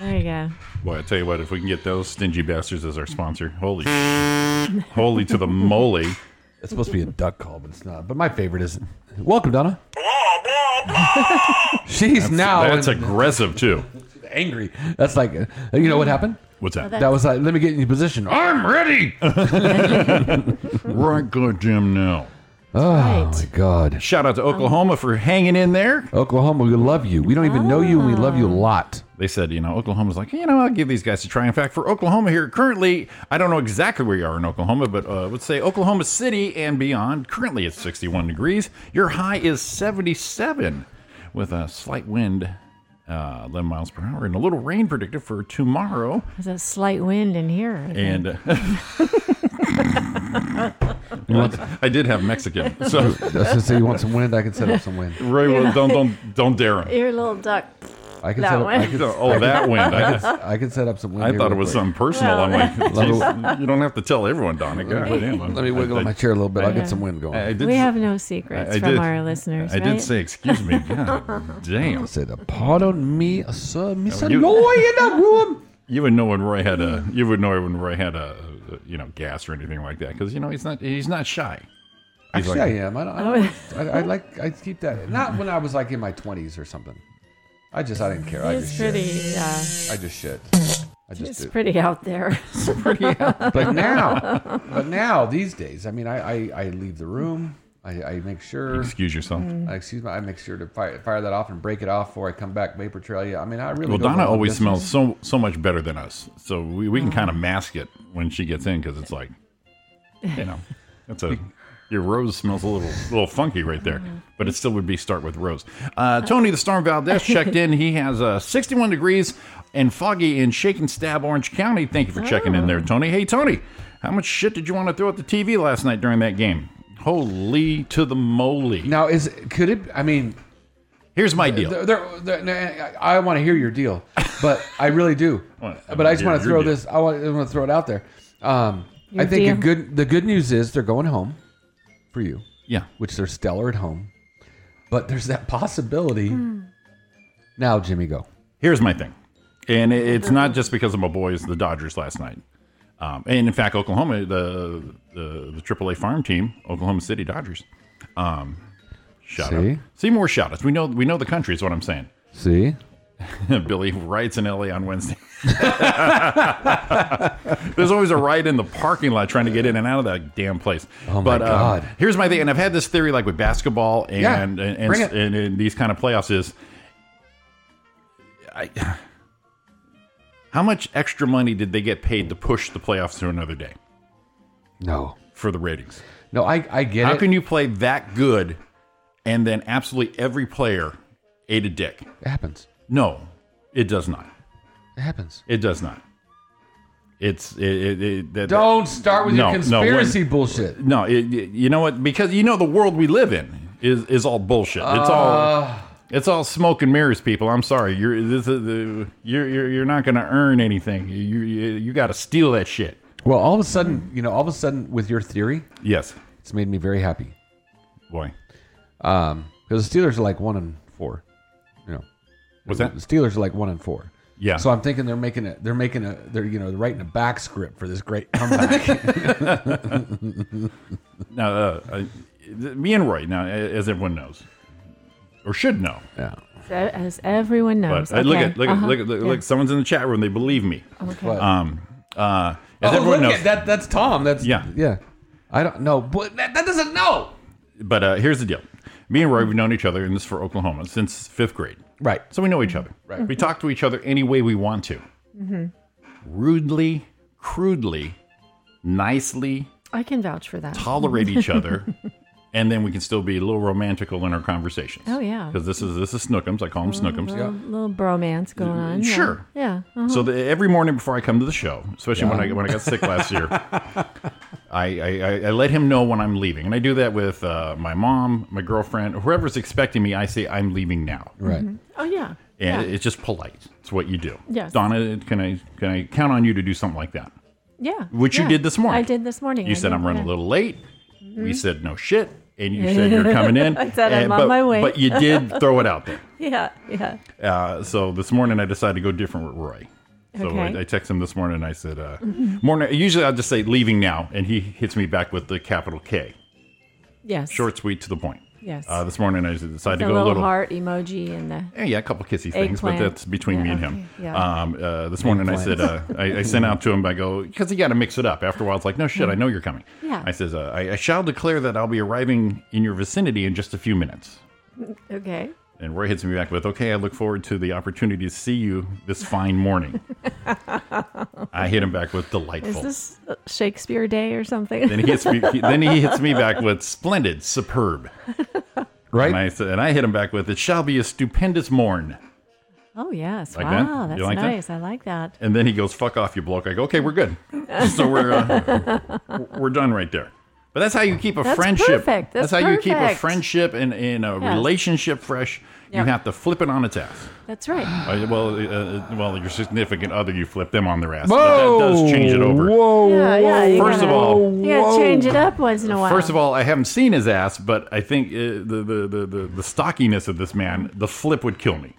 there you go.
Boy, I tell you what, if we can get those stingy bastards as our sponsor, holy, sh- holy to the moly!
It's supposed to be a duck call, but it's not. But my favorite is welcome, Donna. She's now
That's
in-
aggressive too.
angry. That's like, uh, you know what happened?
What's that?
That was like, let me get in your position.
I'm ready. right, good Jim. Now,
Oh my God,
shout out to Oklahoma for hanging in there.
Oklahoma, we love you. We don't even know you, and we love you a lot.
they said, you know, Oklahoma's like, you know, I'll give these guys a try. In fact, for Oklahoma here, currently, I don't know exactly where you are in Oklahoma, but uh, let's say Oklahoma City and beyond. Currently, it's 61 degrees. Your high is 77 with a slight wind, uh, 11 miles per hour, and a little rain predicted for tomorrow.
There's a slight wind in here. I think.
And uh, I did have Mexican, so
I was gonna say you want some wind. I can set up some wind.
Roy, well, don't don't don't dare him.
your little duck.
I can
That
set up. I
wind.
can,
Oh, that wind! I,
I can set up some wind.
I
here
thought it
real
was
quick.
something personal. I'm like,
Let me-
"Jeez, you don't have to tell everyone, Donna. God damn, I'm-
Let me wiggle
I-
in my chair a little bit. I'll
I-
get some wind going.
I, I
I
did
we
s-
have no
I-
secrets
I
from
did-
our listeners.
I
right?
did say, excuse me. God damn.
said, "Pardon me, sir, Miss
you-
Loy in the room."
You would know when Roy had a. You would know when Roy had a, uh, you know gas or anything like that because you know he's not he's not shy. He's
Actually,
like-
I am. I,
Oh.
don't, I, don't, I, I like. I keep that. Not when I was like in my twenties or something. I just. I didn't care. I
He's
just
pretty,
Shit.
yeah.
I just shit. I just.
It's
do.
pretty out there. It's
pretty out
But now, but now these days, I mean, I I, I leave the room. I, I make sure.
Excuse yourself.
I excuse me. I make sure to fire, fire that off and break it off before I come back vapor trail you. I mean, I really.
well,
go the
Donna
long
always
distance.
smells so so much better than us, so we, we can kind of mask it when she gets in because it's like, you know, that's a your rose smells a little little funky right there, but it still would be start with rose. Uh, Tony the Storm Valdez checked in. He has uh, 61 degrees and foggy in Shake and Stab, Orange County. Thank you for checking in there, Tony. Hey, Tony, how much shit did you want to throw at the TV last night during that game? Holy to the moly!
Now is could it? I mean,
here's my deal.
There, there, there- nah, I want to hear your deal, but I really do.
Well, I
but I just
wanna
want to
hear
throw
your deal.
this. I want, I want to throw it out there. Um, I
Your
think a
deal.
good. The good news is they're going home for you.
Yeah.
which they're stellar at home, but there's that possibility.
Hmm.
Now, Jimmy, go.
Here's my thing, and it- it's not just because of my boys, the Dodgers last night, um, and in fact, Oklahoma, the the, the AAA farm team, Oklahoma City Dodgers. Um, shout out,
See?
see more shout outs. We know we know the country is what I'm saying.
See,
Billy writes in LA on Wednesday. There's always a riot in the parking lot trying to get in and out of that damn place.
Oh, my
but, um,
God.
here's my thing, and I've had this theory like with basketball and
Yeah,
and, and,
bring it.
and- and these kind of playoffs is, I, how much extra money did they get paid to push the playoffs to another day
no,
for the ratings?
no, I, I get
How
it.
can you play that good, and then absolutely every player ate a dick?
it happens.
No, it does not.
It happens.
It does not. It's it, it, it that,
Don't start with
No,
your
no,
conspiracy bullshit.
no. It, it- you know what? Because you know the world we live in is is all bullshit. It's
Uh.
all it's all smoke and mirrors, people. I'm sorry. You're this is the you're you're, you're not going to earn anything. You you, you got to steal that shit.
Well, all of a sudden, you know, all of a sudden, with your theory,
Yes,
it's made me very happy.
boy.
Um, because the Steelers are like one and four. You know,
What's
the
that?
Steelers are like one and four.
Yeah.
So I'm thinking they're making a they're making a they're you know they're writing a back script for this great comeback.
Now, uh, uh, me and Roy. Now, as everyone knows, or should know,
yeah.
So, as everyone knows.
but uh, look
Okay.
at look at
Uh-huh.
look at look,
Yeah.
look. Someone's in the chat room. They believe me.
Okay.
What?
Um. Uh. As
oh,
everyone
look
knows,
at that. That's Tom. That's
Yeah.
yeah. I don't know, but that, that doesn't know.
But uh, here's the deal. Me and Roy, we've known each other, and this is for Oklahoma, since fifth grade.
Right.
So we know each other.
Right.
We talk to each other any way we want to. Rudely, crudely, nicely
I can vouch for that.
tolerate each other, and then we can still be a little romantical in our conversations.
Oh, yeah.
Because this is this is Snookums. I call them Snookums.
little, little bromance going on. yeah.
Sure.
Yeah. Uh-huh.
So the, every morning before I come to the show, especially when I when I got sick last year, I, I I- I let him know when I'm leaving, and I do that with uh, my mom, my girlfriend, whoever's expecting me. I say I'm leaving now,
Right.
oh yeah.
and
yeah.
it's just polite. It's what you do.
Yes.
Donna, can I can I count on you to do something like that?
yeah.
Which you
yeah.
did this morning.
I did this morning.
You
I
said
did,
I'm running
yeah. Mm-hmm.
a little late. We said no shit, and you said you're coming in.
I said, "I'm
and-
on
but-
my way."
But you did throw it out there.
Yeah. Yeah.
Uh, so this morning I decided to go different with Roy. So
Okay.
I, I text him this morning and I said, uh, morning. Usually I'll just say leaving now, and he hits me back with the capital K.
Yes.
Short, sweet, to the point.
Yes.
Uh, this morning I just decided
the
to go
little,
a little.
heart emoji and the.
Eh, yeah, a couple kissy things, but
Eggplant.
that's between me
Yeah,
and him.
okay, yeah.
Um, uh, this morning I said, uh, I, I sent out to him, I go, because you got to mix it up. After a while, it's like, no shit, I know you're coming.
Yeah.
I says, uh, I, I shall declare that I'll be arriving in your vicinity in just a few minutes.
Okay.
And Roy hits me back with, "Okay, I look forward to the opportunity to see you this fine morning." I hit him back with
Is
delightful.
this Shakespeare Day or something?
then he hits me. he- then he hits me back with splendid, superb.
Right.
And I said, and I hit him back with, "It shall be a stupendous morn."
oh yes.
Like that?
wow.
You
That's
like that?
nice. I like that.
And then he goes, "Fuck off, you bloke." I go, "Okay, we're good." so we're uh, we're done right there. But that's how you keep a
That's
friendship.
perfect. That's
how you keep a
perfect.
friendship and, and a
Yes.
relationship fresh. You
Yep.
have to flip it on its ass.
That's right.
Uh, well, uh, well, your significant other, you flip them on their ass. But that does change it over.
Whoa.
Yeah, yeah, you
First of
gotta-
all-
you gotta change it up once in a while.
First of all, I haven't seen his ass, but I think uh, the, the, the, the, the stockiness of this man, the flip would kill me.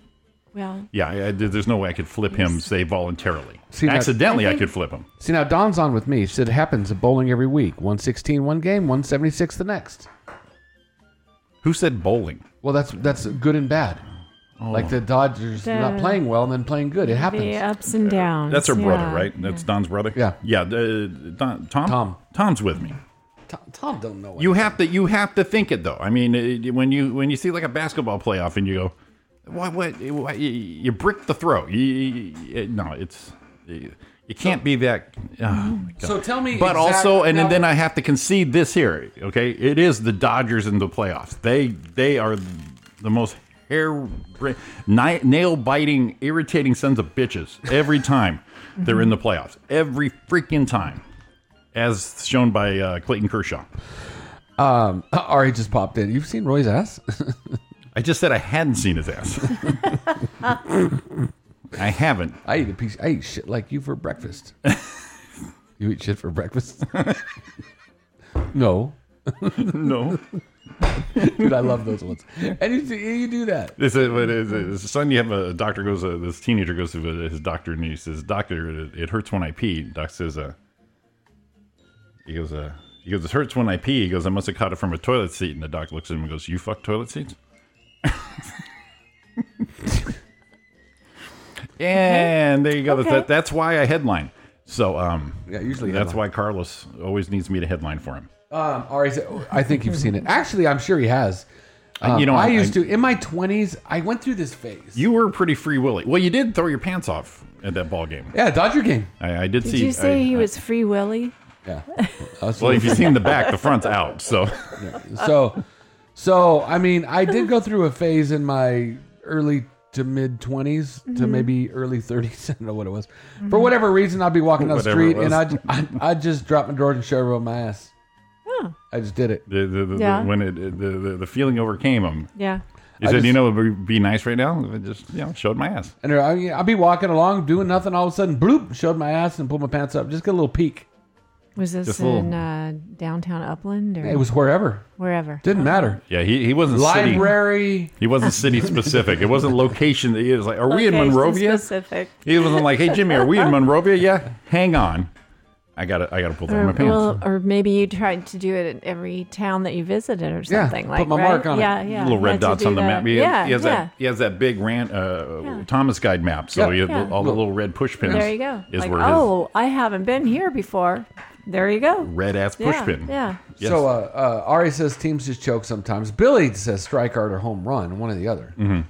Well,
Yeah, I, I- there's no way I could flip him, say voluntarily.
See, that-
Accidentally,
I
I,
think-
could flip him.
See now, Don's on with me. She said it happens in bowling every week. One sixteen one game, one seventy six the next.
Who said bowling?
Well, that's that's good and bad. Oh.
Oh.
Like the Dodgers not
The-
playing well and then playing good. It happens.
the ups and downs.
Uh, That's her brother,
yeah.
right? That's Don's brother.
Yeah.
yeah. the- Don, Tom. Tom. Tom's with me.
Tom, Tom don't know.
You have to. You have to think it though. I mean, it- when you when you see like a basketball playoff and you go, what what, what you, you brick the throw. You, you- you- no, it's you, you can't be that. oh my God.
So tell me
But
exact-
also, and
now-
then I have to concede this here. Okay, it is the Dodgers in the playoffs. They they are the most hair nail biting, irritating sons of bitches every time they're in the playoffs. Every freaking time, as shown by uh, Clayton Kershaw.
Um, Ari just popped in. You've seen Roy's ass?
I just said I hadn't seen his ass. I haven't.
I eat a piece. I eat shit like you for breakfast. you eat shit for breakfast? no,
no.
dude, I love those ones. And you, do- you do that.
It's a, what is it? It's a son, you have a doctor goes, uh, this teenager goes to his doctor and he says, Doctor, it, it hurts when I pee. Doc says, uh, he goes, uh, he goes, it hurts when I pee. He goes, I must have caught it from a toilet seat. And the doc looks at him and goes, You fuck toilet seats? and there you go. That's-
Okay.
That, that's why I headline. So, um,
Yeah, usually
that's
headline.
why Carlos always needs me to headline for him.
Um, Ari, said- I think you've seen it. Actually, I'm sure he has. Um,
you know,
I
I-
used to in my 20s. I went through this phase.
You were pretty free willy. Well, you did throw your pants off at that ball game.
Yeah, Dodger game.
I, I did,
Did
see.
you say
I-
he
I-
was free willy?
Yeah. I was-
Well, if you've seen the back, the front's out. So
Uh,
so, so I mean, I did go through a phase in my early to mid 20s
Mm-hmm.
to maybe early 30s. I don't know what it was. For whatever reason, I'd be walking down the
Whatever it
street and I'd, I'd, I'd just drop my drawers and show everyone my ass.
Oh,
I just did it.
the, the, the,
Yeah.
when it, the, the the feeling overcame him,
yeah.
he
I
said,
just-
"You know, it would be nice right now. If I just you know showed my ass."
And uh, I mean, I'd be walking along doing nothing. All of a sudden, bloop, showed my ass and pulled my pants up. Just get a little peek.
Was this
Just a little-
in uh, downtown Upland or
It was wherever.
wherever? Oh.
Didn't matter.
Yeah, he, he wasn't city.
Library.
He wasn't city specific. It wasn't location. He was like, "Are we in
Location
Monrovia?"
Specific.
He wasn't like, "Hey Jimmy, are we in Monrovia?" Yeah, hang on. I gotta I gotta pull down
Or,
my pants.
well, or maybe you tried to do it in every town that you visited or
Yeah,
something like
put my
right?
mark on it.
yeah, Yeah,
little
you
red
had to
dots
do
on the
that.
map. He,
yeah,
he has
yeah.
that he has that big ran uh,
Yeah.
Thomas guide map. So
Yeah.
he,
Yeah.
all the little red push pins.
There you go.
Is
like,
where
oh, I haven't been here before. There you go.
his red ass push
yeah,
pin.
Yeah.
Yes.
So uh, uh, Ari says teams just choke sometimes. Billy says strikeout or home run, one or the other. Um,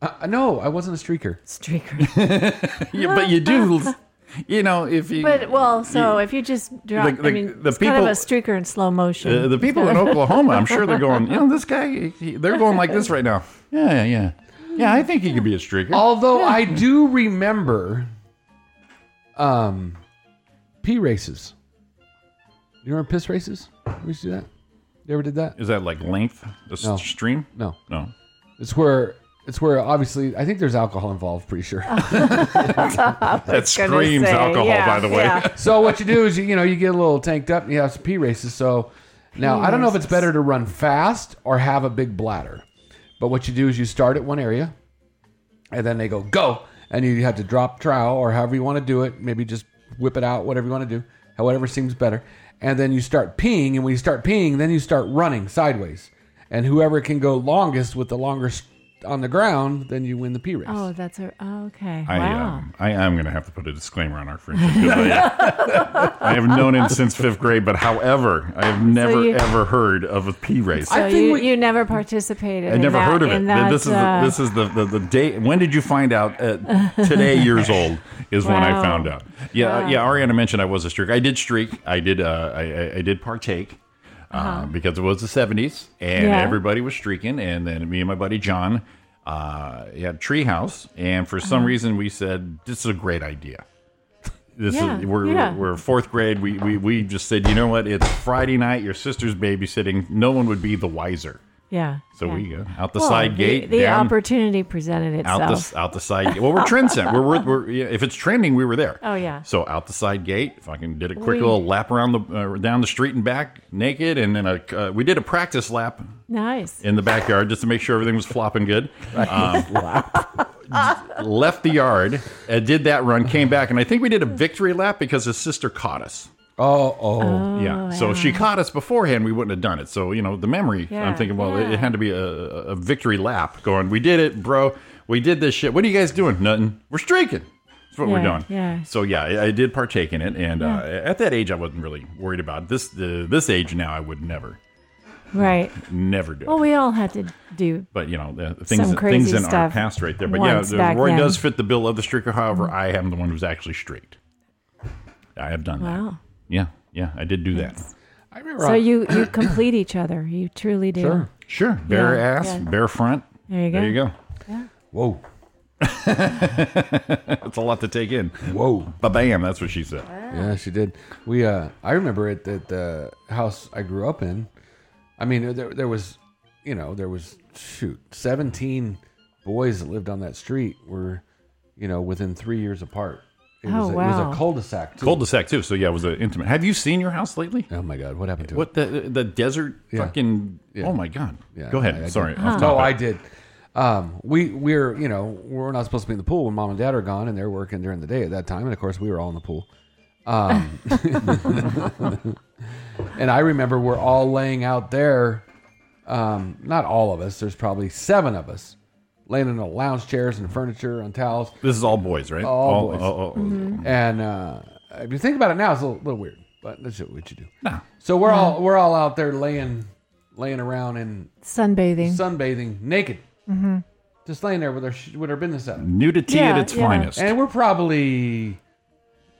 uh, no, I wasn't a streaker.
Streaker.
yeah, but you do. You know, if you
But well, so if you just drop,
Like,
I
like,
mean,
the
it's kind
people-
of a streaker in slow motion.
uh, the people in Oklahoma, I'm sure they're going. You know, this guy, he- they're going like this right now. Yeah, yeah, yeah. Yeah, I think he could be a streaker.
Although I do remember, um, pee races. You remember piss races? We used to do that. You ever did that?
Is that like length? The s-
No.
stream?
No.
No.
It's where it's where obviously I think there's alcohol involved. Pretty sure.
That
Gonna
screams
say,
alcohol,
yeah,
by the way.
yeah.
So what you do is you, you know you get a little tanked up and you have some pee races. So now I don't know if it's better to run fast or have a big bladder, but what you do is you start at one area, and then they go go, and you have to drop trowel or however you want to do it. Maybe just whip it out, whatever you want to do, however seems better. And then you start peeing, and when you start peeing, then you start running sideways, and whoever can go longest with the longest on the ground, then you win the pee race.
Oh, that's a oh, okay.
I,
wow.
um, I am going to have to put a disclaimer on our friendship. 'cause I, I have known him since fifth grade, but however, I have never
you-
ever heard of a pea race.
so
I,
I think
you,
we-
you never participated. in
never
that,
heard of
in
it.
That,
this is
uh,
the, this is the, the, the day. When did you find out? Uh, today, years old is when I
Wow.
found out. Yeah,
Wow.
yeah. Ariana mentioned I was a streak. I did streak. I did. Uh, I, I, I did partake. uh because it was the 70s and
Yeah.
everybody was streaking. And then me and my buddy John uh, had Treehouse. And for some reason, we said, This is a great idea. This
Yeah,
is we're,
yeah.
we're fourth grade. We, we we just said, you know what? It's Friday night. Your sister's babysitting. No one would be the wiser. Yeah.
So we go out the
Well,
side gate.
The, the
down,
opportunity presented itself.
out the out the side. Well, we're trend set. We're, we're, we're yeah, if it's trending, we were there.
Oh, yeah.
So out the side gate, fucking did a quick
We-
little lap around the uh, down the street and back naked, and then a uh, we did a practice lap
nice.
in the backyard just to make sure everything was flopping good. Um, left the yard, uh, did that run, came back, and I think we did a victory lap because his sister caught us.
Oh, oh,
yeah. So if she caught us beforehand, we wouldn't have done it. So you know, the memory.
Yeah,
I'm thinking, well, it, it had to be a, a victory lap. Going, we did it, bro. We did this shit. What are you guys doing? Nothing. We're streaking. That's what we're
Yeah,
doing.
yeah.
So yeah, I, I did partake in it, and uh, at that age, I wasn't really worried about it. this. Uh, this age now, I would never,
Right.
never do. it
Well, we all had to do.
but you know uh, things
Some
things
crazy
in our
stuff
past right there. But yeah,
once back
Roy
then.
does fit the bill of the streaker. However, I am the one who's actually streaked. I have done that.
Wow.
Yeah, yeah, I did do that.
I remember.
So you you complete each other. You truly do.
Sure.
Sure, bare
Yeah,
ass,
yeah.
bare front.
There you go.
There you go.
Whoa.
That's a lot to take in.
Whoa.
Ba bam, that's what she said.
Yeah, she did. We uh I remember it at the house I grew up in. I mean there there was you know, there was shoot, seventeen boys that lived on that street were, you know, within three years apart. It
Oh,
was a, it
wow.
was a cul-de-sac too.
Cul-de-sac too. So yeah, it was an intimate. Have you seen your house lately?
oh my god, what happened to
What the the desert
Yeah.
fucking?
Yeah.
Oh my god.
it? Yeah,
go ahead.
I- I did.
Sorry. off
No, Oh, I
topic.
did. Um, we we're you know we're not supposed to be in the pool when mom and dad are gone and they're working during the day at that time and of course we were all in the pool. Um, and I remember we're all laying out there. Um, not all of us. There's probably seven of us laying in the lounge chairs and furniture on towels.
This is all boys, right?
All boys.
oh, oh.
Mm-hmm.
And uh, if you think about it now, it's a little, little weird, but that's what you do.
Nah.
So we're all we're all out there laying laying around and
Sunbathing. Mm-hmm.
sunbathing naked, just laying there with our sh- with our business up,
Nudity at
Yeah,
its
yeah.
finest.
and we're probably.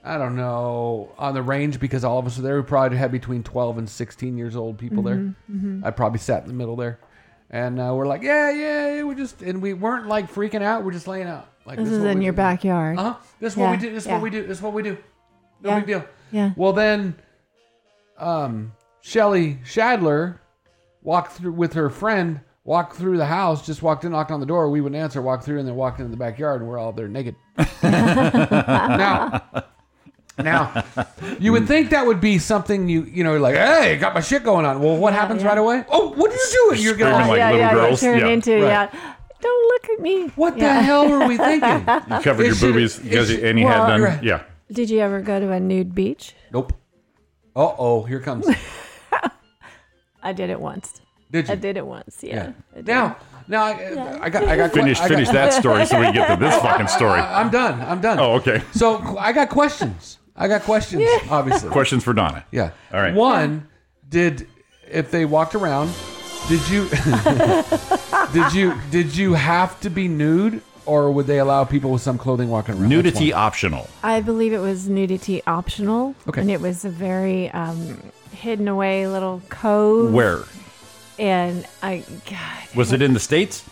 I don't know on the range because all of us are there. We probably had between twelve and sixteen years old people
Mm-hmm,
there. I probably sat in the middle there, and uh, we're like, yeah, yeah, yeah, we just and we weren't like freaking out. We're just laying out. Like
this
is
is
what
in
we
your
do.
Oh,
backyard.
Uh huh. This is what
Yeah,
we do. This is
yeah.
what we do. This is what we do. No
Yeah.
big deal.
Yeah.
Well, then, um, Shelly Shadler walked through with her friend, walked through the house, just walked in, knocked on the door. We wouldn't answer, walked through, and then walked into the backyard, and we're all there naked. now, now, you would think that would be something you, you know, like, hey, got my shit going on. Well, what happens
yeah.
right away? Oh, what are you doing? You're
Screaming
going
like
like,
yeah,
little
yeah, you
girls,
turn
yeah.
into
Right.
yeah. Don't look at me.
what
Yeah.
the hell were we thinking?
You covered
It
your
should-
boobies
it
because you,
should-
and you
well,
had
you're-
done. Yeah.
Did you ever go to a nude beach?
Nope. Uh oh, here comes.
I did it once.
Did
I
you?
did it once. Yeah. I did.
Now, now I, I got, I got
Finish,
I got-
finish that story so we can get to this fucking story.
I'm done. I'm done.
Oh, okay.
So qu- I got questions. I got questions. Obviously.
Questions for Donna.
Yeah.
All right.
One, did if they walked around, did you, did you, did you have to be nude, or would they allow people with some clothing walking around? That's
Nudity
one.
optional.
I believe it was nudity optional.
Okay.
And it was a very um, hidden away little cove.
Where
And I, God.
was it in the states?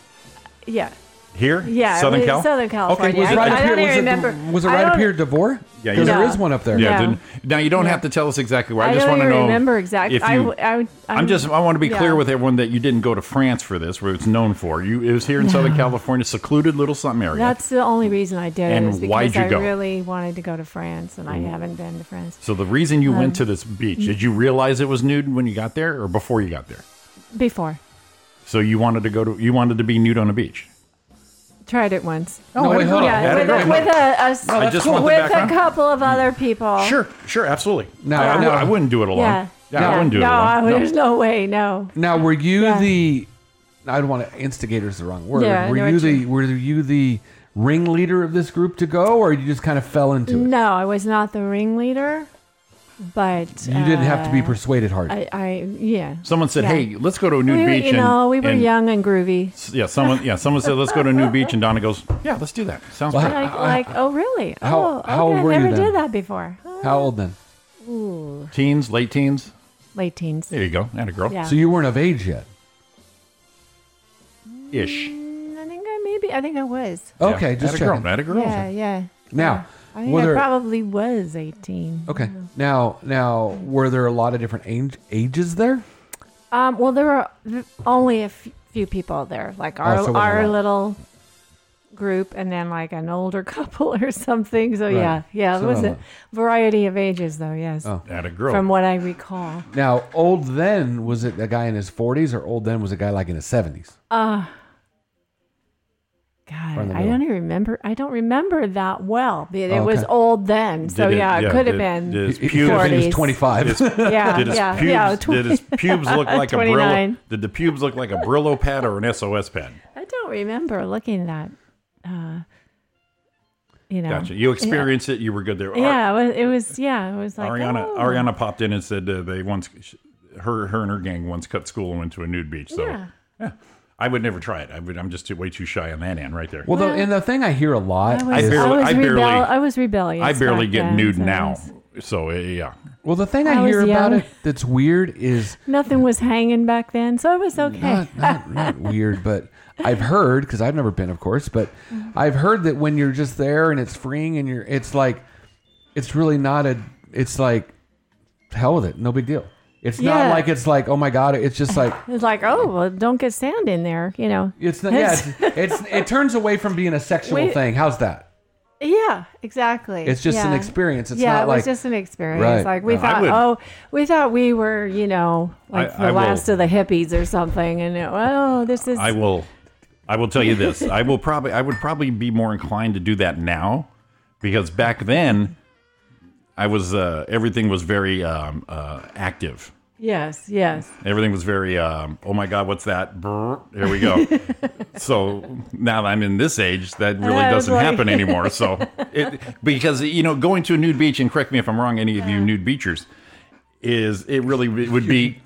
Yeah.
Here?
Yeah.
Southern
it was
Cal.
Southern California.
Was
I,
it right
I
up
don't
here? Was
even
it, the-
remember.
was it
I
right up
don't-
here at Devore?
Yeah,
Because
you-
there
No.
is one up there.
Yeah.
No.
didn't- Now you don't have to tell us exactly where. I, just
don't
want to
even
know.
remember exactly.
If you,
I, I,
I'm just. I want to be
yeah.
clear with everyone that you didn't go to France for this, where it's known for. You it was here in Southern California, secluded little something area.
That's the only reason I did
And
it. is because
why'd you
I
go? Mm.
really wanted to go to France, and I haven't been to France Um, mm.
so the reason you went to this beach, did you realize it was nude when you got there, or before you got there?
before.
So you wanted to go to. You wanted to be nude on a beach.
Tried it once.
No,
Oh,
wait, hold on.
Oh, yeah,
Had it
with,
going
a, with a, a s-
I just want the
with a
background.
couple of other people.
Sure, sure, absolutely.
No,
I, I
no.
would- I wouldn't do it alone.
Yeah.
Yeah, I wouldn't do it
no,
alone.
I-
No.
there's no way. No.
Now, were you
Yeah.
the? I don't want to instigators the wrong word.
Yeah, I know
were you
what you-
the? Were you the ringleader of this group to go, or you just kind of fell into it?
No, I was not the ringleader, but
You didn't have to be
uh,
persuaded hard.
I, I yeah.
Someone said,
Yeah.
"Hey, let's go to a nude
we were,
beach."
you know,
and,
we were
and-
young and groovy.
Yeah, someone. Yeah, someone said, "Let's go to a nude beach," and Donna goes, "Yeah, let's do that." Sounds
Well,
great.
Like, like, oh really?
How-
oh,
how
okay,
old were
I
you
never
then?
did that before.
How old then?
Ooh,
Teens, late teens.
late teens.
There you go. That a girl.
Yeah.
So you weren't of age yet.
Ish.
Mm, I think I maybe I think I was.
Okay,
yeah.
just
Atta girl.
checking.
Atta girl.
Yeah, yeah.
Now,
I think
were
I
there-
probably was 18.
okay. Now, now, were there a lot of different age, ages there?
Um, well, there were v- only a f- few people there, like our
Oh, so it wasn't a
our
lot.
little group, and then like an older couple or something. So
Right.
yeah, yeah,
So
it was
not a
a
lot.
variety of ages, though. Yes,
Oh.
Atta girl.
from what I recall.
Now, old then was it a guy in his 40s or old then was a guy like in his 70s?
Uh
Right in
God,
the
I
middle.
don't even remember. I I don't remember that well. But it
Oh,
was
okay.
old then, so
Did it-
yeah, it could
did-
have been.
did his
He- he could've been- he was
40s.
25.
Did his,
Yeah,
did his
yeah,
pubes,
yeah,
did his pubes look like a Brillo?
29.
Did the pubes look like a Brillo pad or an SOS pad?
I don't remember looking that. Uh, you know,
Gotcha. You
Yeah.
experienced it. You were good there.
Yeah, it was, it was. Yeah, it was like
Ariana
oh.
Ariana popped in and said uh, they once sh- her her and her gang once cut school and went to a nude beach. So
Yeah.
I would never try it. I would. I'm just too, way too shy on that end right there.
Well, the, and the thing I hear a lot
I
I
was, I
barely-
was,
I barely-
rebel- I was rebellious.
I barely
back
get
then,
nude
so I
now.
was-
So uh, yeah,
Well, the thing I,
I was
hear about
young.
it that's weird is
Nothing was hanging back then, so it was okay.
not, not, not weird, but I've heard because I've never been, of course, but I've heard that when you're just there and it's freeing and you're, it's like, it's really not a, it's like, hell with it, no big deal. It's not
Yeah.
like it's like, oh my god, it's just like
it's like oh well, don't get sand in there. You know,
it's not. Yeah, it's, it's it turns away from being a sexual
We-
thing. How's that?
Yeah, exactly.
It's just an
Yeah.
experience. It's
yeah,
not
it
like-
was just an experience.
Right.
Like we
No, I
thought,
would-
oh, we thought we were, you know, like
I-
the
I will-
last of the hippies or something, and it, oh, this is.
I will. I will tell you this. I will probably. I would probably be more inclined to do that now, because back then, I was. Uh, everything was very um, uh, active.
yes, yes.
Everything was very, um, oh my God, what's that? Brr, here we go. so now that I'm in this age, that really
I was
doesn't
like-
happen anymore. So, it, because, you know, going to a nude beach, and correct me if I'm wrong, any of you nude beachers, is it really it would be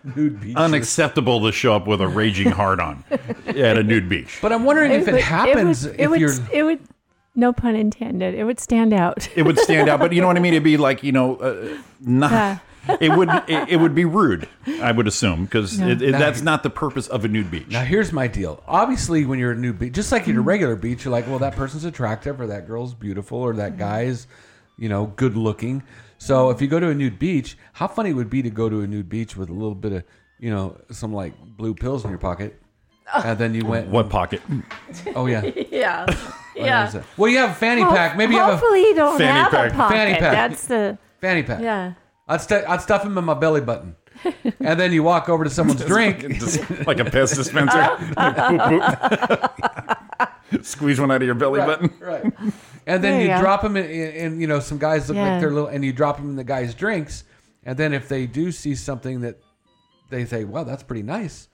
unacceptable to show up with a raging hard on at a nude beach.
But I'm wondering if
would-
it happens
would,
if
it would,
you're.
it would, no pun intended. It would stand out.
It would stand out, but you know what I mean? It'd be like, you know, uh, not.
Yeah.
It would it, it would be rude, I would assume, because
No.
that's not the purpose of a nude beach.
Now here's my deal. Obviously, when you're a new beach, just like you're at a regular beach, you're like, well, that person's attractive, or that girl's beautiful, or
Mm-hmm.
that guy's, you know, good looking. So if you go to a nude beach, how funny it would be to go to a nude beach with a little bit of, you know, some like blue pills in your pocket, and then you went,
What pocket?
oh yeah,
yeah,
What is it? Well, you have a fanny pack. Maybe you have
Hopefully, you don't
Fanny
have
pack.
a pocket.
Fanny pack.
That's the
a fanny pack.
yeah.
I'd, stu I'd stuff him in my belly button, and then you walk over to someone's drink.
Just like a piss dispenser. Boop, boop. Squeeze one out of your belly button.
right. And then
There
you,
you go.
drop them in, in, in, you know, some guys look like
Yeah.
they're little, and you drop them in the guy's drinks. And then if they do see something that they say, wow, that's pretty nice,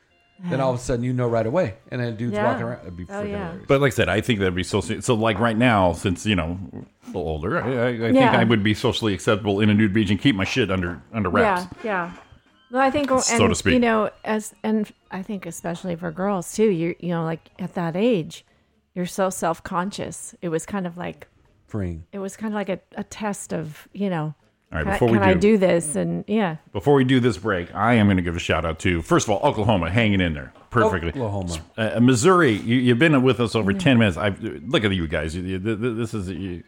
then all of a sudden you know right away. And then dude's
Yeah.
walking around. It'd be
Oh,
freaking
yeah.
hilarious.
But like I said, I think that'd be socially. So like right now, since you know, a little older, I, I, I think
Yeah.
I would be socially acceptable in a nude beach and keep my shit under under wraps.
Yeah, yeah. Well, I think, and,
So to speak.
you know, as and I think especially for girls too. You you know, like at that age, you're so self conscious. It was kind of like
Freeing.
it was kind of like a, a test of you know,
All right,
can, I-
before we
can I
do-
do this? And yeah,
Before we do this break, I am going to give a shout out to first of all Oklahoma, hanging in there perfectly.
Oklahoma.
uh, Missouri, you, you've been with us over ten minutes. I look at you guys. You, you, th- th- this is you,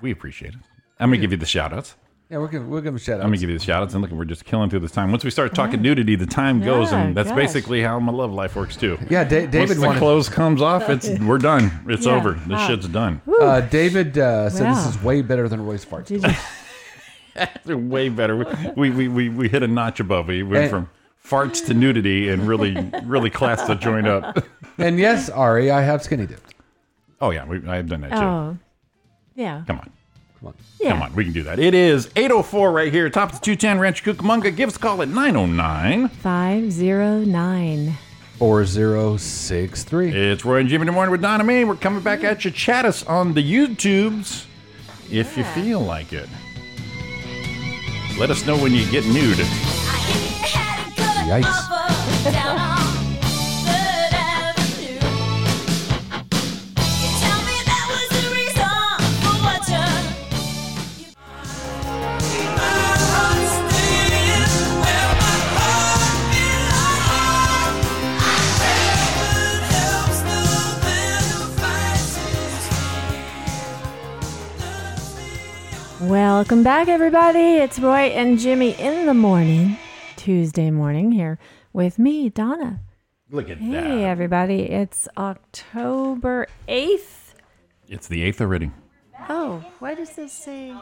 we appreciate it. I'm going to give you the shout outs.
Yeah, we're giving, we're giving shout
I'm
out.
gonna give you the shout outs and look, we're just killing through this time. Once we start talking nudity, the time goes, and
Yeah,
that's
gosh.
basically how my love life works too.
Yeah, Da- David
Once the
wanted-
clothes comes off, it's we're done. It's
Yeah.
over. This
Ah.
shit's done.
Uh, David uh, said
Wow.
this is way better than Roy's farts.
did you,
They're way better. We we, we we hit a notch above. We went
And-
from farts to nudity and really really classed the joint up.
and yes, Ari, I have skinny dipped.
Oh yeah, we, I've done that too.
oh, yeah,
Come on.
Come on.
yeah.
Come on, we can do that. It is 804 right here, top of 210 Ranch Cucamonga. Give us a call at 909.
Five zero nine.
4063.
It's Roy and Jimmy in the morning with Donna Mae. We're coming back at you. Chat us on the YouTubes if you feel like it. Let us know when you get nude.
Yikes.
Welcome back, everybody. It's Roy and Jimmy in the morning, Tuesday morning here with me, Donna.
Look at
hey,
that.
everybody. It's October 8th.
It's the eighth already.
Oh, why does this say?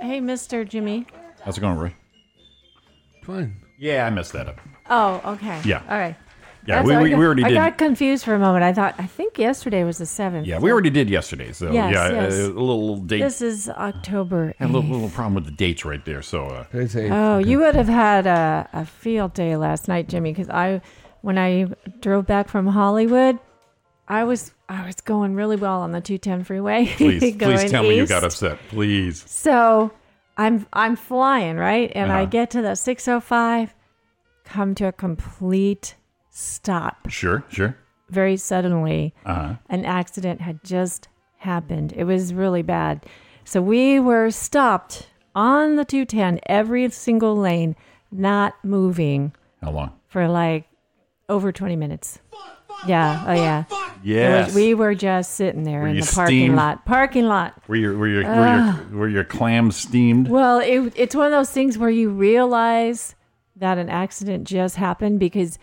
Hey, Mr. Jimmy.
How's it going, Roy?
Fine.
Yeah, I messed that up.
Oh, okay.
Yeah.
All right.
Yeah,
That's
we,
all I
we,
got-
we already
I
did.
got confused for a moment. I thought, I think yesterday was the 7th.
yeah, we already did yesterday. So
Yes,
yeah,
yes.
A, a little, little date.
This is October
had a little, little problem with the dates right there. So uh,
Oh, you would have had a, a field day last night, Jimmy, because I, when I drove back from Hollywood, I was I was going really well on the 210 freeway.
please, please
going
tell me you got
east.
upset, please.
So I'm I'm flying right, and I
Uh-huh.
get to the 605, come to a complete stop.
Sure, sure.
Very suddenly,
Uh-huh.
an accident had just happened. It was really bad. So we were stopped on the 210, every single lane, not moving
How long?
for like over 20 minutes. Yeah. Oh, yeah. It
Yes.
was- we were just sitting there
Were
in
you
the parking
steamed?
lot. Parking lot.
Were your were your, were your were your clams steamed?
Well, it, it's one of those things where you realize that an accident just happened because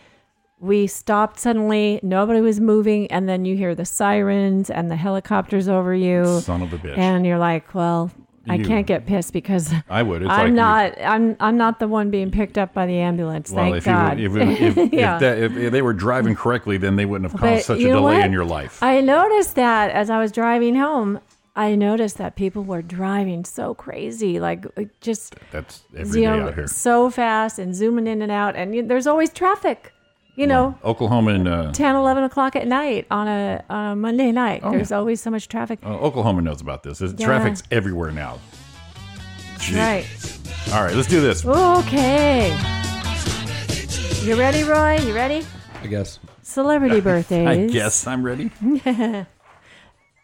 we stopped suddenly, nobody was moving, and then you hear the sirens and the helicopters over you.
Son of a bitch.
And you're like, well, I
You-
can't get pissed because
I would. It's like
I'm
you-
not. I'm I'm not the one being picked up by the ambulance.
Well,
thank
if,
God.
You, if, if, if,
Yeah.
that, if, if they were driving correctly, then they wouldn't have caused
But
such a
you know
delay
what?
in your life.
I noticed that as I was driving home, I noticed that people were driving so crazy, like like, just
That's every day
you know,
out here.
so fast and zooming in and out, and you, there's always traffic. You know,
Oklahoma and uh,
10, 11 o'clock at night on a on a Monday night.
Oh,
there's always so much traffic.
uh, Oklahoma knows about this. There's
Yeah.
Traffic's everywhere now. Jeez.
Right.
All right, let's do this.
Okay. You ready, Roy? You ready?
I guess.
Celebrity birthdays.
I guess I'm ready.
yeah,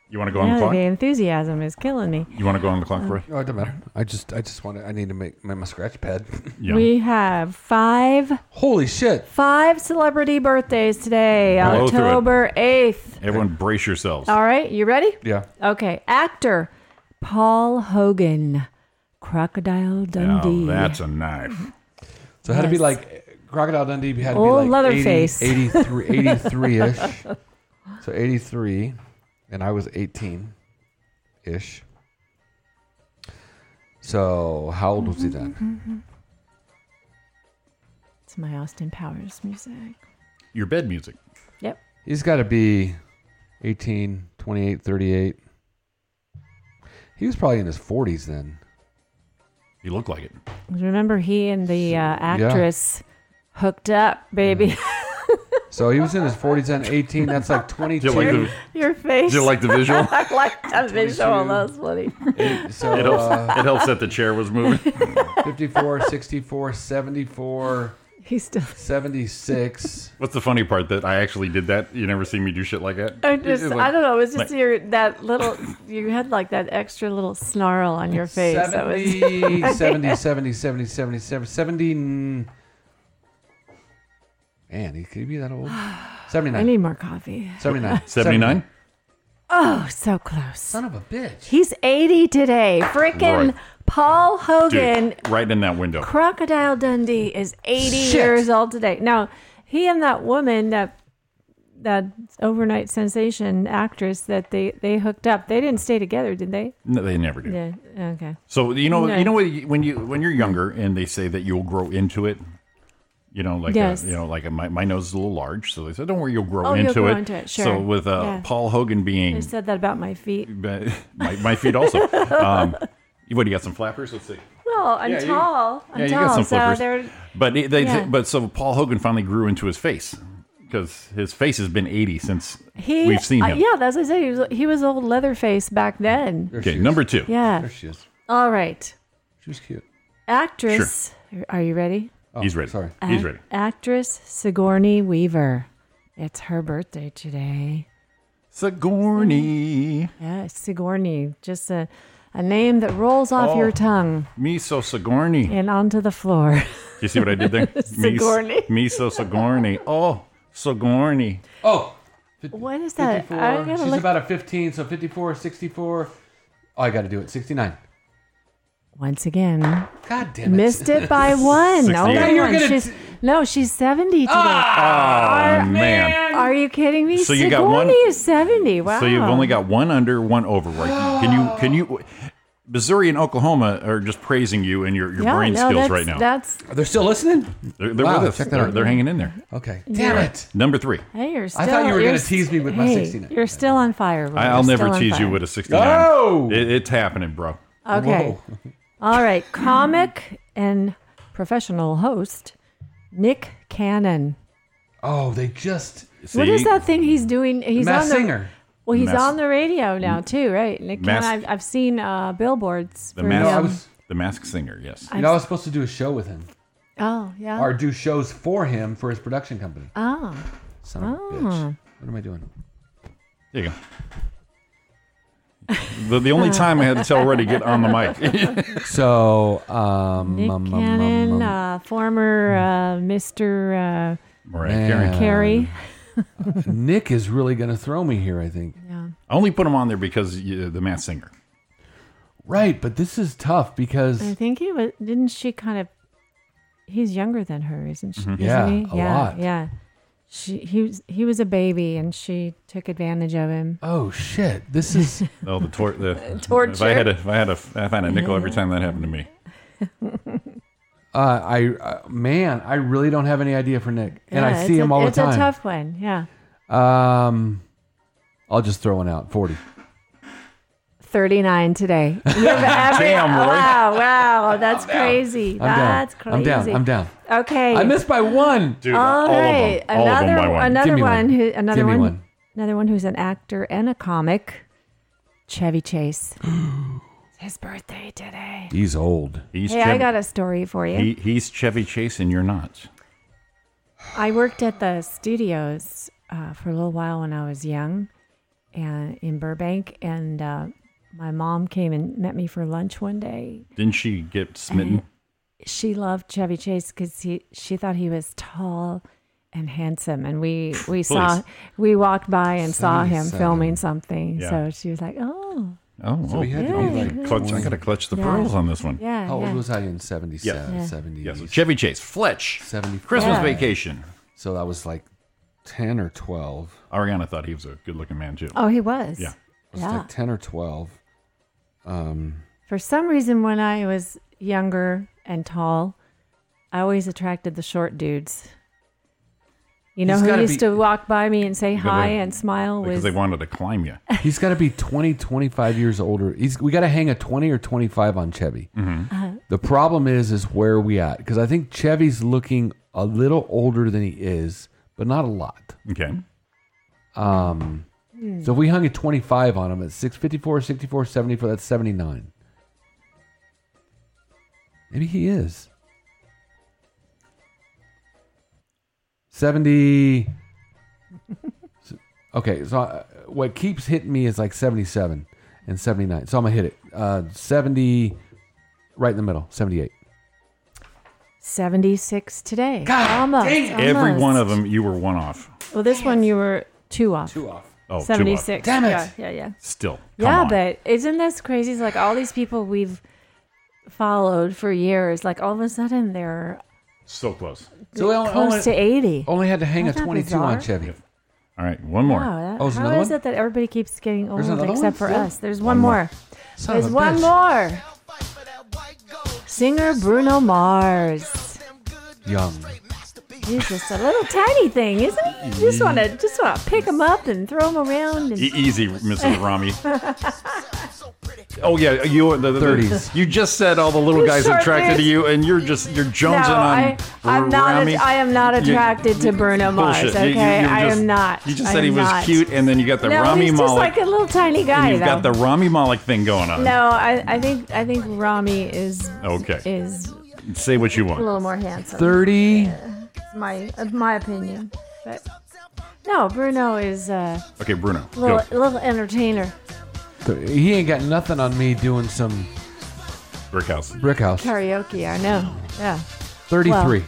You want to go on the
the
clock?
enthusiasm is killing me.
You want to go on the clock, Roy?
Uh,
Oh, it doesn't matter. I just, I just want to. I need to make my, my scratch pad.
Yeah.
We have five
Holy shit!
five celebrity birthdays today,
Blow through it.
October eighth.
Everyone, brace yourselves.
All right, you ready?
Yeah.
Okay, actor Paul Hogan, Crocodile Dundee.
Oh, that's a knife.
So it had to be
Yes.
like Crocodile Dundee. Had to
Old
be like 80,
Leatherface.
83 83 ish. so eighty three, and I was eighteen ish. So how old was he
Mm-hmm.
then?
it's my Austin Powers music.
Your bed music.
Yep.
He's got to be 18, 28, 38. He was probably in his 40s then.
You look like it.
Remember, he and the uh, actress hooked up, baby.
Mm.
So he was in his 40s then, 18. That's like 22.
Do you like the,
Your face.
do you like the visual?
I like that visual. That was funny.
so
It helps,
uh,
it helps that the chair was moving.
54, 64, 74,
He's still.
76.
What's the funny part that I actually did that? You never see me do shit like that?
I just,
It's
I
like-
don't know. It was just
like-
your that little. You had like that extra little snarl on your face. that was
70, 70, 70, 70, 77, 70. Man, he could he be that old?
I
79.
need more coffee.
79.
79?
Oh, so close.
Son of a bitch.
He's 80 today. Freaking
Right.
Paul Hogan,
Dude, right in that window.
Crocodile Dundee, is 80 years old today. Now, he and that woman, that that overnight sensation actress that they they hooked up, they didn't stay together, did they?
No, they never do.
Yeah. Okay.
So you know,
No.
you know what, when you when you're younger and they say that you'll grow into it. You know, like
Yes.
uh, you know, like uh, my, my nose is a little large, so they said, "Don't worry, you'll grow
Oh, you'll
into
grow
it."
into it, sure.
So with uh,
Yeah.
Paul Hogan
I
being
said that about my feet.
my, my feet also. um, you- what do you got? Some flappers? Let's see.
Well, I'm
Yeah, you-
tall. I'm
yeah, you
tall.
got some
so
flippers.
they're
But it- they,
Yeah.
but so Paul Hogan finally grew into his face because his face has been eighty since
he
we've seen
uh,
him.
yeah, that's what I said. He was he was old Leatherface back then.
Okay, number two.
Yeah.
There she is.
All right.
She was cute.
Actress. Are you ready?
Oh,
He's ready.
Sorry.
He's
Ac-
ready.
Actress Sigourney Weaver. It's her birthday today.
Sigourney.
Yeah, Sigourney. Just a, a name that rolls off
Oh.
your tongue
Miso Sigourney.
and onto the floor.
You see what I did there?
Sigourney.
Mis- miso Sigourney. Oh, Sigourney.
Oh,
what is that?
54.
I gotta
She's
look.
about a 15, so 54, 64. Oh, I got to do it. 69.
Once again,
God damn it.
missed it by one.
68.
Only
Yeah,
you were
one. Oh,
gonna
She's,
t-
No, she's 70 today.
Oh, man.
Are you kidding me?
So you got
Sigourney
one-
is 70. Wow.
So you've only got one under, one over right now. Can you? Can you? Missouri and Oklahoma are just praising you and your, your
Yeah,
brain
no,
skills
that's-
right now.
That's
They're still listening?
They're, they're
Wow,
with us.
check that
they're,
out.
they're hanging in there.
Okay.
Damn
All right, Number three.
Hey, you're still,
I thought you were
you're
gonna
s-
tease me with my
hey,
69.
You're still on fire. Will.
I, I'll
You're
never
still on
tease you
fire.
with a 69.
No!
It, it's happening, bro.
Okay.
Whoa.
All right. Comic and professional host Nick Cannon.
Oh, they just.
what
See?
is that thing he's doing? He's
Mass
on the
Singer.
Well, he's
Mass-
on the radio now too, right? Nick
Mass-
Cannon. I've, I've seen uh, billboards.
Mm. The
for
mask,
No, I
him.
was-
the mask singer, yes.
You know, I was supposed to do a show with him
Oh yeah.
or do shows for him for his production company.
oh.
Son of a bitch. What am I doing?
There you go. the, the only time I had to tell Red to get on the mic.
So, um,
Nick
um, um, um,
Cannon,
um,
uh, former uh, Mr. Uh,
Mariah Carey.
Um,
Carey.
Nick is really going to throw me here, I think.
I only put him on there because you, the mass singer.
Right, but this is tough because
I think he was. Didn't she kind of? He's younger than her, isn't
Mm-hmm.
she? Isn't
Yeah,
he?
a
yeah,
lot.
Yeah. She he was he was a baby, and she took advantage of him.
oh shit, this is
Oh, the, tor- the
Torture.
If I had a, if I had a, if I had a nickel every time that happened to me.
uh, I uh, man, I really don't have any idea for Nick, and
Yeah,
I see
it's
him
a,
all the
it's It's a
time.
tough one. Yeah.
um, I'll just throw one out. Forty.
39 today. You have every-
Damn, Roy.
wow, wow, that's crazy.
I'm
that's
down.
crazy.
I'm down. I'm down.
Okay.
I missed by one.
Dude,
All right.
All of
Another
them by one.
another
Give me
one
one.
who another
Give me
one,
one.
another one who's an actor and a comic. Chevy Chase. It's His birthday today.
He's old.
He's
Hey,
Chevy,
I got a story for you.
he, he's Chevy Chase and you're not.
I worked at the studios uh, for a little while when I was young, and in Burbank, and uh, my mom came and met me for lunch one day.
Didn't she get smitten?
She loved Chevy Chase because he she thought he was tall and handsome, and we we saw
Please.
we walked by and saw him
77.
filming something.
Yeah.
So she was like, "Oh,
Oh, oh.
we had to be like
clutch, I
20.
got to clutch the pearls on this one.
yeah,
How
yeah."
old was I in 77,
Yeah.
70?
Yeah, so oh. Chevy Chase, Fletch,
75.
Christmas
Yeah.
Vacation.
So that was like 10 or 12.
Ariana thought he was a good-looking man too.
oh, he was,
Yeah.
It was
Yeah.
like 10 or 12. Um,
For some reason, when I was younger and tall, I always attracted the short dudes. You know
He's
who
gotta
used
be-
to walk by me and say
Because
hi
they-
and smile
Because
was
they wanted to climb you.
he's got to be 20, 25 years older. He's We got to hang a 20 or 25 on Chevy. The problem is, is where we at? Because I think Chevy's looking a little older than he is, but not a lot.
Okay.
Um, So if we hung a 25 on him at 654, 64, 74, that's 79. Maybe he is. 70. S- okay, so uh, what keeps hitting me is like 77 and 79. So I'm going to hit it. Uh, 70, right in the middle, 78.
76 today. almost,
Every one of
almost.
them, you were one off.
Well, this one you were two off.
Oh, two off.
76.
Damn it.
Yeah, yeah, yeah.
Still. Come
yeah,
on.
but isn't this crazy? It's like all these people we've followed for years, like all of a sudden they're
so close.
So we only,
close to
only,
80.
only had to hang a
Isn't that
22 on
bizarre?
Chevy.
All right, one more.
Wow, that,
Oh, there's
how
another
is
one?
it that everybody keeps getting old
another one?
except for
Yeah.
us? There's one, more.
Son of
There's
a
one
bitch.
more. Singer Bruno Mars.
Young.
He's just a little tiny thing, isn't he? You Just want to just want to pick him up and throw him around.
E-
And,
easy, Mrs. Rami. oh yeah, you the the- the-
30s.
You just said all the little
You
guys
sure
attracted to
did.
you, and you're just you're
no,
jonesing
I,
on.
I'm not.
Rami.
A, I am not
You-
attracted to Bruno Mars.
Bullshit. You-
Okay,
you- you
I
just-
am not.
You just
I
said
am
he was
not.
cute, and then you got the
no,
Rami
he's just
Malik,
like a little tiny guy.
and you've got
though.
the Rami Malik thing going on.
No, I, I think I think Rami is
Oh, Okay,
is
say what you
a
want.
little more handsome.
30.
my my opinion. But no, Bruno is a
Okay, Bruno,
little,
go.
little entertainer.
He ain't got nothing on me doing some
Brickhouse.
brick house.
Karaoke, I know. Yeah.
33.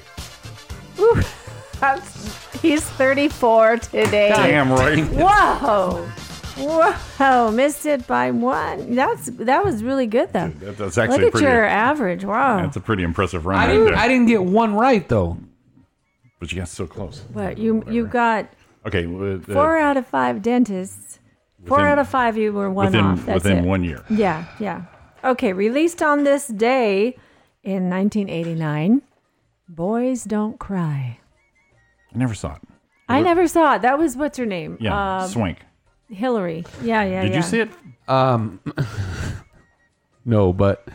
Woo. That's- he's 34 today.
Damn right.
Whoa. Whoa. Missed it by one. That's That was really good, though.
That- That's actually
Look at
pretty.
your average. Wow.
That's a pretty impressive run.
I
right
didn't,
there.
I didn't get one right though.
But you got so close.
But you you got
Okay. with, uh,
four out of five dentists. Four
within-
out of five you were one
within
off. That's
within
it.
one year.
Yeah, yeah. Okay, released on this day in 1989, Boys Don't Cry.
I never saw it.
I never saw it. That was what's her name?
Yeah,
Um,
Swank.
Hillary. Yeah, yeah.
Did you
yeah.
see it? Um, no, but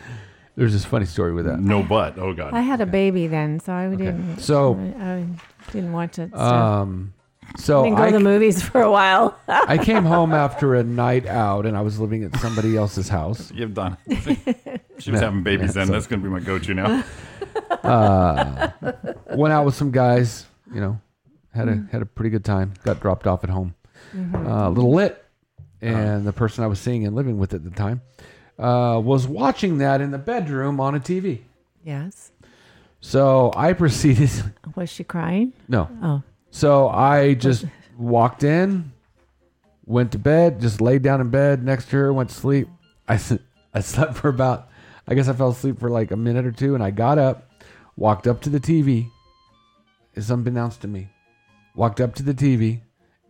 there's this funny story with that.
No, but oh god.
I had a baby then, so I didn't.
So-
I, I didn't watch it. So.
Um, so
didn't go
I
to the movies for a while.
I came home after a night out, and I was living at somebody else's house.
You've done. She was
Yeah,
having babies
yeah,
then.
so-
That's going to be my go-to now.
Uh-huh.
Uh, went out with some guys. You know, had a had a pretty good time. Got dropped off at home.
Mhm.
Uh, a little lit, and the person I was seeing and living with at the time uh, was watching that in the bedroom on a TV.
yes.
So I proceeded.
Was she crying?
No.
Oh.
So I just walked in, went to bed, just laid down in bed next to her, went to sleep. I, s- I slept for about, I guess I fell asleep for like a minute or two, and I got up, walked up to the TV. It's unbeknownst to me. Walked up to the TV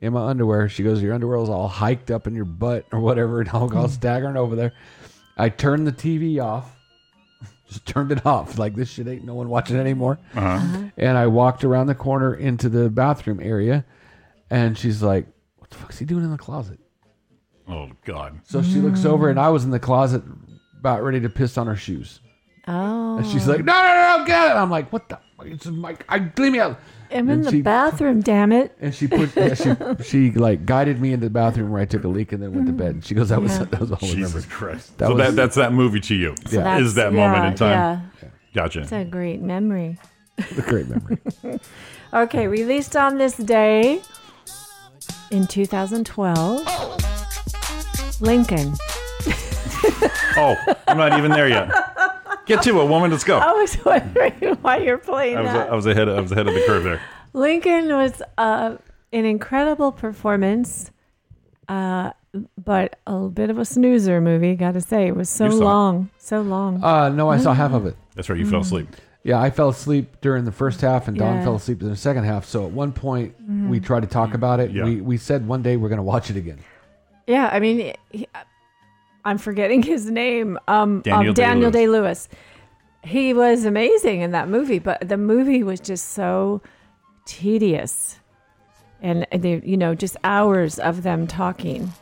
in my underwear. She goes, Your underwear is all hiked up in your butt or whatever, and I'll go staggering over there. I turned the TV off just turned it off. Like this shit ain't no one watching anymore.
Uh-huh.
Uh-huh.
And I walked around the corner into the bathroom area, and she's like, "What the fuck's he doing in the closet?"
Oh god.
So she looks over, and I was in the closet, about ready to piss on her shoes.
Oh.
And she's like, "No, no, no, no get it!" I'm like, "What the? Fuck? It's my, I leave me out."
I'm in
And
the
she-
bathroom, damn it.
And she put, yeah, she, she like guided me into the bathroom where I took a leak and then went to bed. And she goes, "That was
Yeah.
that was all I
Jesus
remember."
Christ. so that that's that movie to you.
So
Yeah. Is
that's-
that moment
yeah,
in time?
yeah.
Gotcha.
It's a great memory.
a great memory.
Okay, released on this day in 2012, Lincoln.
oh, I'm not even there yet. Get to it, woman. Let's go.
I was wondering why you're playing
I was
that.
I was ahead I was ahead of the curve there.
Lincoln was uh, an incredible performance, uh, but a bit of a snoozer movie, gotta say. It was so
You saw it.
long, so long.
Uh, no, I saw half of it.
That's right. You
Mm.
fell asleep.
Yeah, I fell asleep during the first half, and Don
Yeah.
fell asleep in the second half. So at one point,
Mhm.
we tried to talk about it. We, we said one day we're going to watch it again.
Yeah, I mean, he, I'm forgetting his name. Um,
Daniel
um, Daniel Day Lewis. He was amazing in that movie, but the movie was just so tedious, and they, you know, just hours of them talking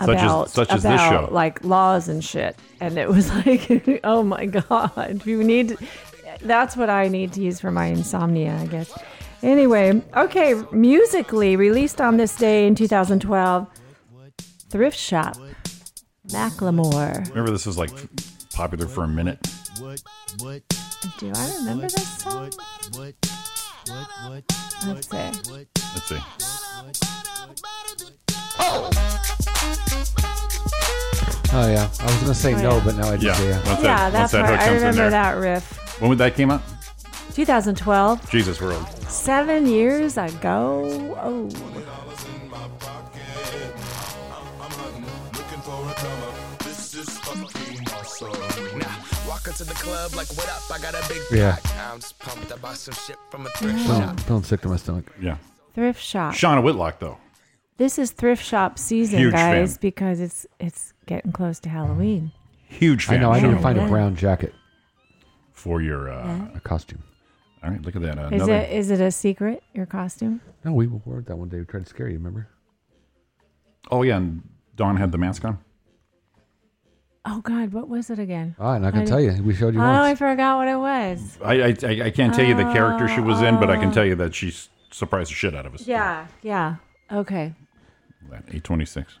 Such as-
about
such as this show.
about, like laws and shit. And it was like, oh my god, you need. That's what I need to use for my insomnia, I guess. Anyway, okay, musically released on this day in 2012, Thrift Shop, Macklemore.
Remember, this was like popular for a minute.
Do I remember this song? Let's see.
Let's see.
Oh, yeah. I was going to say
Oh,
no,
yeah.
but now I just
Yeah.
yeah.
Once that-
Yeah,
once
that's
that
right.
hook
I
comes in
remember
there.
that riff.
When would that came out?
2012,
Jesus, we're old.
seven years ago. Oh,
Walk into the club like, what up? I got a big
Yeah.
pack. I'm just pumped. I bought some shit from a thrift
Feeling, feeling sick to my stomach.
Yeah.
Thrift Shop.
Shauna Whitlock, though.
This is thrift shop season,
Huge
guys,
fan.
because it's it's getting close to Halloween.
Huge fan.
I know. I need
Shauna
to find a
Whitlock.
brown jacket.
for your uh,
A costume.
All right, look at that. Uh,
Is
another-
it is it a secret? Your costume?
No, we wore that one day. We tried to scare you, remember?
oh yeah, and Dawn had the mask on.
Oh God, what was it again?
Oh, I'm not
gonna
I
tell
didn't-
you. We showed you
Oh,
once.
I forgot what it was.
I I, I, I can't tell you the character she was in, but I can tell you that she s- surprised the shit out of us.
Yeah, yeah. Okay.
Eight twenty six.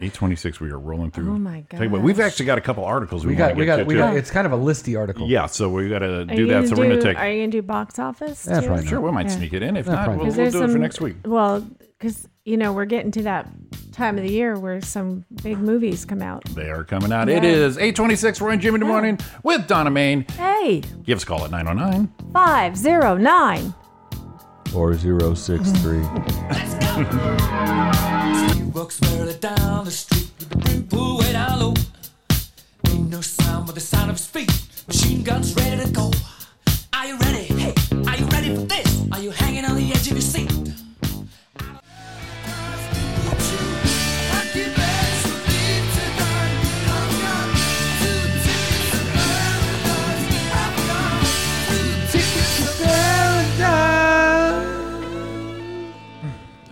Eight twenty six. We are rolling through.
Mm-hmm. Oh, my
Tell you what, we've actually got a couple articles we,
We got,
want to
we
get
got,
to.
we
too.
got, it's kind of a listy article.
Yeah, so we got to
Are
do
you
that. So we're
do-
gonna take.
Are you gonna do box office?
Yeah,
too?
probably not. Sure, we might sneak it in. If Yeah, not, probably we'll- not.
'Cause there's
we'll do it for next week.
Well, because you know we're getting to that time of the year where some big movies come out.
They are coming out. It
Yeah.
is eight twenty six. Roy and Jimmy in the morning with Donna Main.
Hey,
Give us a call at nine oh nine.
five zero nine.
Four zero six three.
She walks merrily down the street with the brim pulled way down low. Ain't no sound but the sound of his feet. Machine guns ready to go. Are you ready? Hey, are you ready for this?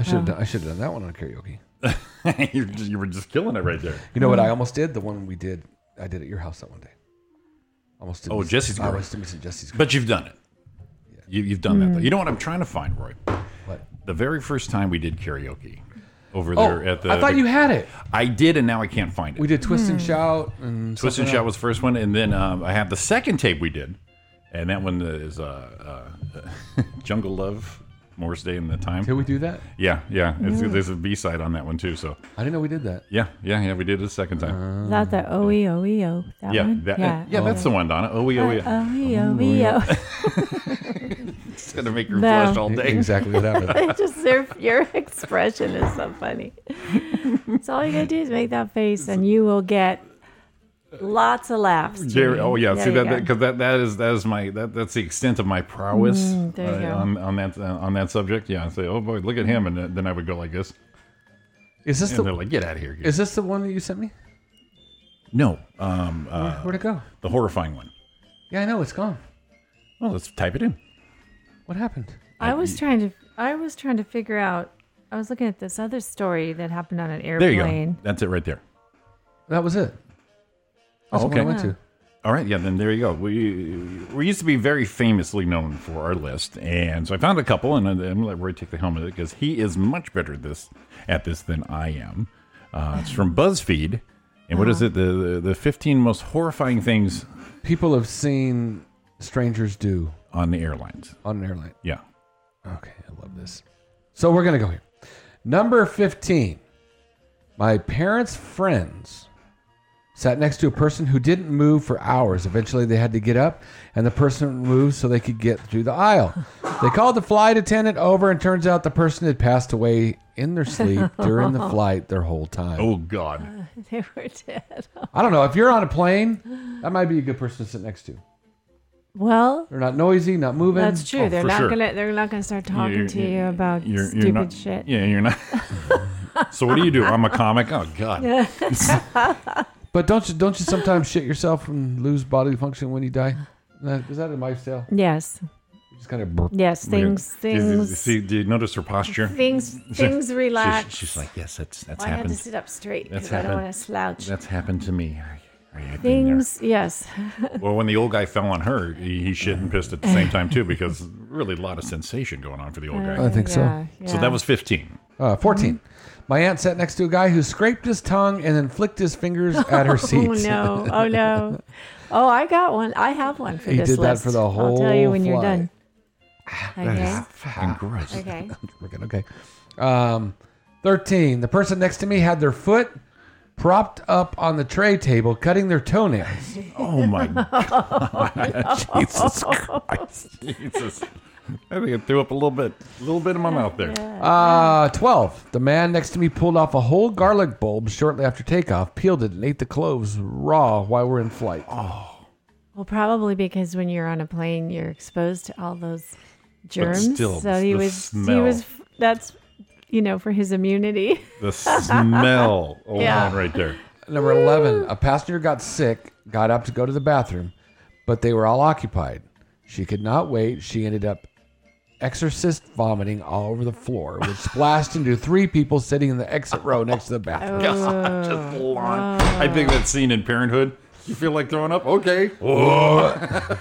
should I should have done that one on karaoke.
you, were just, you were just killing it right there.
You know what I almost did? The one we did, I did at your house that one day. Almost did.
Oh,
Miss-
Jesse's
I
Girl.
almost did Miss and Jesse's Girl.
But you've done it. You, you've done that. Though.
Mm.
You know what I'm trying to find, Roy?
What?
The very first time we did karaoke over
Oh,
there at the.
I thought you had it.
I did, and now I can't find it.
We did twist and shout and
Twist and
something
Shout
else.
was the first one, and then um, I have the second tape we did, and that one is uh, uh, Jungle Love, Morris Day and the Time.
Did we do that?
Yeah, yeah. It's,
Yeah.
There's a B side on that one too. So
I didn't know we did that.
yeah, yeah, yeah. We did it a second
Uh-huh.
time.
Not the E, OEOEO. That
Um, yeah,
one? E,
that- yeah, that's the one, Donna. Oh, we, oh, we. It's gonna make her
No.
blush all day.
Exactly what happened.
Just their, your expression is so funny. So all you gotta do is make that face, and you will get lots of laughs.
Jerry, oh yeah,
There
see
you
that
go.
because that, that is that is my that, that's the extent of my prowess
Mm, there you
uh,
go.
on on that uh, on that subject. Yeah, I say, oh boy, look at him, and then I would go like this.
Is this
and
the-
they're like, get out of here?
Is this the one that you sent me?
no? Um, uh,
where'd it go?
The horrifying one.
Yeah, I know it's gone.
Well, let's type it in.
What happened?
I was trying to. I was trying to figure out. I was looking at this other story that happened on an
There
airplane.
you go. That's it right there.
That was it.
Oh,
That's the one I went to.
All right, yeah, then there you go. We we used to be very famously known for our list, and so I found a couple, and I'm going to let Roy take the helm of it because he is much better at this at this than I am. Uh, it's from BuzzFeed, and what is
Uh-huh.
it? The, the the 15 most horrifying things
people have seen strangers do
on the airlines.
On an airline.
Yeah.
Okay, I love this. So we're gonna go here. Number fifteen. My parents' friends sat next to a person who didn't move for hours. Eventually, they had to get up, and the person moved so they could get through the aisle. They called the flight attendant over, and turns out the person had passed away in their sleep during the flight their whole
Uh,
time.
Oh God!
They were dead.
I don't know if you're on a plane, that might be a good person to sit next to.
Well,
They're not noisy, not moving.
that's true. they're not gonna. They're not gonna start talking
Oh, You're-
to you about
You're- you're
stupid
not-
shit.
Yeah, you're not. so what do you do? I'm a comic. Oh God!
But don't you don't you sometimes shit yourself and lose bodily function when you die? That- Is that a lifestyle?
yes.
Just kind of.
Yes, things-
Did you-
things-
See, do you notice her posture?
Things- things
She-
relax.
she's like, yes, that's that's
Well, I had to
happened.
sit up straight 'cause I don't wanna slouch.
That's happened to me. I- I had been there.
Things. Yes.
Well, when the old guy fell on her, he, he shit and pissed at the same time too, because really a lot of sensation going on for the old guy.
Uh,
I think so. Yeah,
So
yeah.
that was fifteen.
Uh, 14
Mm-hmm.
My aunt sat next to a guy who scraped his tongue and then flicked his fingers at her seat.
oh no! Oh no! Oh, I got one. I have one for
He
this
did that
list.
for the
I'll tell you
whole
when you're
flight.
done. Okay.
gross.
Okay.
Freaking okay. Um, Thirteen. The person next to me had their foot propped up on the tray table, cutting their toenails.
Oh my God.
no.
Jesus Christ. Jesus. I think I threw up a little bit, a little bit in my mouth there.
Uh, 12. The man next to me pulled off a whole garlic bulb shortly after takeoff, peeled it, and ate the cloves raw while we're in flight. Oh,
Well, probably because when you're on a plane, you're exposed to all those germs.
still,
so he
the
was. He
smell.
was. That's, you know, for his immunity.
The smell alone right there.
Number 11. A passenger got sick, got up to go to the bathroom, but they were all occupied. She could not wait. She ended up exorcist vomiting all over the floor, which splashed into three people sitting in the exit row next to the bathroom.
God,
Oh,
just long. I think that scene in Parenthood. You feel like throwing up? Okay. Oh.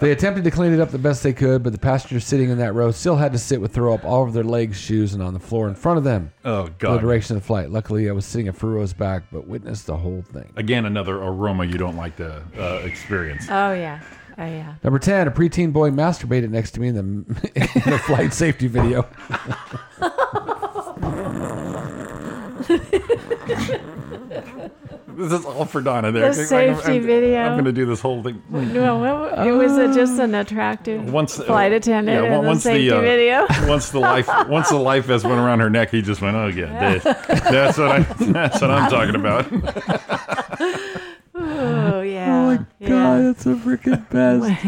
They attempted to clean it up the best they could, but the passengers sitting in that row still had to sit with throw up all over their legs, shoes, and on the floor in front of them.
Oh,
For the
God.
duration of the flight. Luckily, I was sitting a few rows back, but witnessed the whole thing.
Again, another aroma you don't like to uh, experience.
Oh yeah. Oh yeah.
Number ten, a preteen boy masturbated next to me in the, in the flight safety video.
This is all for Donna there.
The safety
I'm-
video.
I'm going to do this whole thing.
No, well, it was a, just an attractive
Once uh,
flight attendant
yeah,
in the safety
uh,
video.
once the life, once the life vest went around her neck, he just went, "Oh yeah, this- that's what I, that's what I'm talking about."
Oh yeah.
Oh my
yeah.
god, that's the freaking best.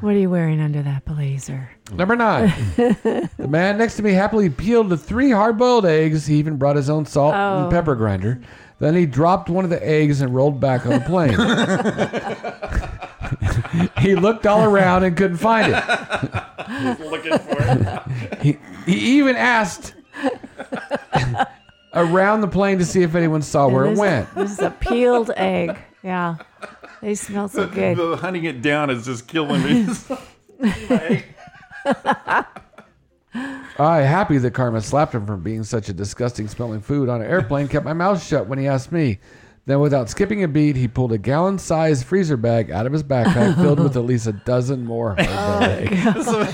What are you wearing under that blazer?
Number nine, the man next to me happily peeled the three hard-boiled eggs. He even brought his own salt
Oh.
and pepper grinder. Then he dropped one of the eggs and rolled back on the plane. he looked all around and couldn't find it.
Looking for it.
He, He even asked around the plane to see if anyone saw Oh, where it
this,
went.
This is a peeled egg. Yeah. They smell so good.
The hunting it down is just killing me.
I, happy that Karma slapped him for being such a disgusting smelling food on an airplane, kept my mouth shut when he asked me. Then, without skipping a beat, he pulled a gallon sized freezer bag out of his backpack filled with at least a dozen more hard-boiled eggs.
So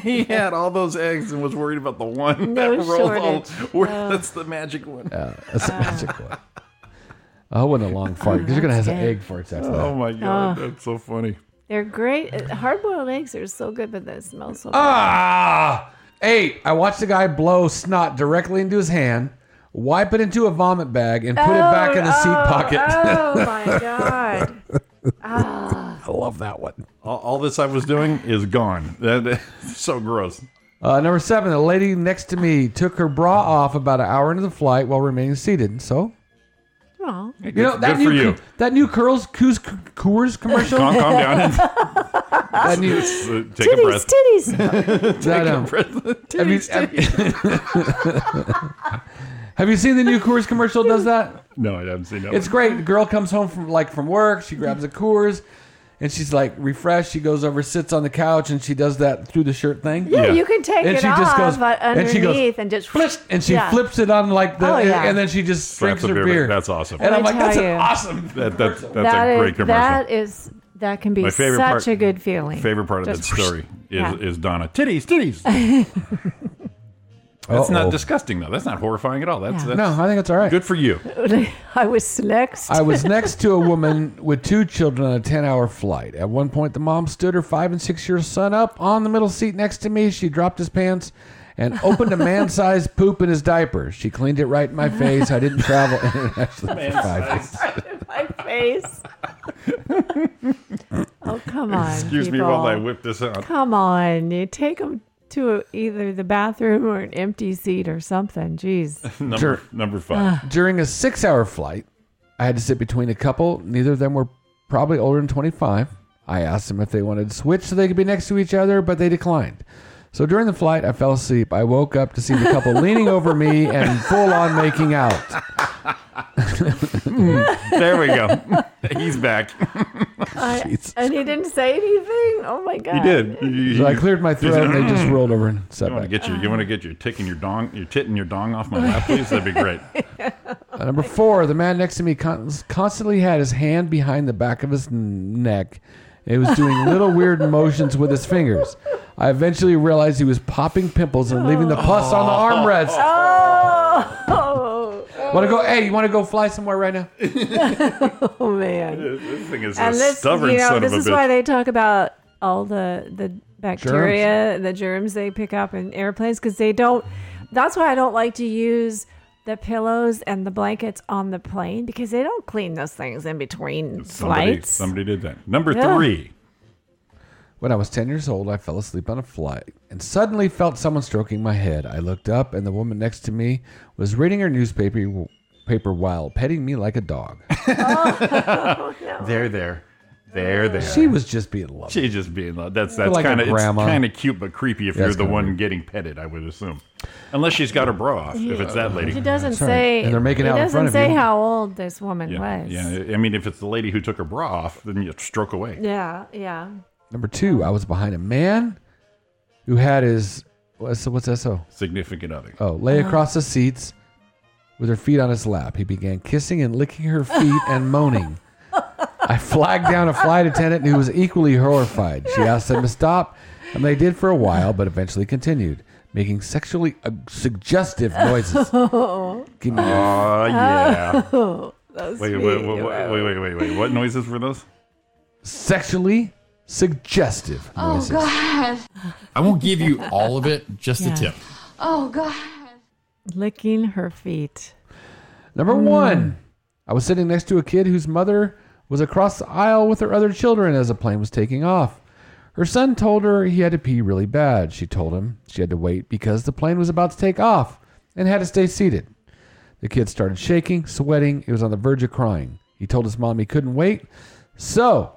he had all those eggs and was worried about the one
No
that rolled all.
shortage.
where-
Oh.
That's the magic one.
Yeah, that's a
Uh.
magic one. I hope it wasn't a long fart because you're going to have some
good.
egg farts after that.
Oh my god,
Oh.
that's so funny.
They're great. Hard boiled eggs are so good, but they smell so
Oh,
bad.
Ah! Eight. I watched the guy blow snot directly into his hand, wipe it into a vomit bag, and put it back in the seat pocket.
Oh my god.
I love that one.
All, all this I was doing is gone. That, so gross.
Uh, number seven. The lady next to me took her bra off about an hour into the flight while remaining seated. So
Aw.
you know that
good
new
for you.
co- that new curls Coos, Coors commercial.
Calm, calm down.
that new
Take a breath.
Titties, titties.
that, um, have, you, have you seen the new Coors commercial? that Does that?
No, I haven't seen that.
It's great. The girl comes home from like from work. She grabs a Coors, and she's like refreshed. She goes over, sits on the couch, and she does that through the shirt thing.
Yeah, you can take
And
it
she
off
just goes-
but
and
underneath
she
and,
goes,
just
And she
Yeah.
flips it on like the,
Oh, yeah.
and then she just
Slaps
drinks
a
her
beer
beer.
back. That's awesome.
And I'm
Let
like,
me
that's
tell
an
you.
awesome.
That, that's that's
That
a
is-
great commercial.
That is that can be
My favorite
such
part-
a good feeling.
Favorite part of
Just
that story is,
Yeah.
is Donna. Titties, titties. That's
Uh-oh.
not disgusting though. That's not horrifying at all. That's,
Yeah.
No,
that's
Oh, I think it's all right.
good for you.
I was next.
I was next to a woman with two children on a 10 hour flight. At one point, the mom stood her five and six year son up on the middle seat next to me. She dropped his pants and opened a man sized poop in his diaper. She cleaned it right in my face. I didn't travel internationally for five years.
my face. oh come on!
Excuse me
people.
while I whip this out.
Come on, you take them to either the bathroom or an empty seat or something. Jeez.
Number
Sure.
number five.
Uh.
During a six hour flight, I had to sit between a couple. Neither of them were probably older than 25. I asked them if they wanted to switch so they could be next to each other, but they declined. So during the flight, I fell asleep. I woke up to see the couple leaning over me and full on making out.
There we go. He's back.
I,
Jesus.
and he didn't say anything. Oh my god.
He did. You, you-
So I cleared my throat and they just rolled over and
you
sat
want to
back.
get your you want to get your tick and your dong your tit and your dong off my lap, please? That'd be great.
Uh, number four, the man next to me con- constantly had his hand behind the back of his n- neck. It was doing little weird motions with his fingers. I eventually realized he was popping pimples and leaving the pus on the armrest.
Oh,
Want to go? Hey, you want to go fly somewhere right now?
oh man.
This thing is
And
a
this,
stubborn
you know,
son
this
of a
is
bitch.
why they talk about all the the bacteria, the germs they pick up in airplanes because they don't. That's why I don't like to use the pillows and the blankets on the plane because they don't clean those things in between
somebody,
flights.
somebody did that. Number
Yeah.
three.
When I was 10 years old, I fell asleep on a flight and suddenly felt someone stroking my head. I looked up, and the woman next to me was reading her newspaper paper while petting me like a dog.
They're there. They're there.
She was just being lovely.
She's just being lo- that's that's
Like a
kind of it's
grandma.
kind of cute but creepy if
Yeah,
you're
it's
the
kinda
one
weird.
getting petted, I would assume, unless she's got her bra off. If it's that
She
lady,
doesn't
right.
say.
And they're making
it
out in
doesn't
front of
say
you.
how old this woman
yeah,
was.
yeah. I mean, if it's the lady who took her bra off, then you stroke away.
yeah, yeah.
Number two, I was behind a man who had his what's what's SO?
Significant other.
Oh, lay across the seats with her feet on his lap. He began kissing and licking her feet and moaning. I flagged down a flight attendant who was equally horrified. She asked them to stop, and they did for a while, but eventually continued, making sexually uh, suggestive noises. Give me your-
Oh yeah.
That's
Wait, wait, wait, wait, wait, wait, wait, wait. What noises were those?
sexually suggestive noises.
I won't give you all of it, just
Yeah.
a tip.
Oh, God.
Licking her feet.
Number one, I was sitting next to a kid whose mother was across the aisle with her other children as the plane was taking off. Her son told her he had to pee really bad. She told him she had to wait because the plane was about to take off and had to stay seated. The kid started shaking, sweating. He was on the verge of crying. He told his mom he couldn't wait. So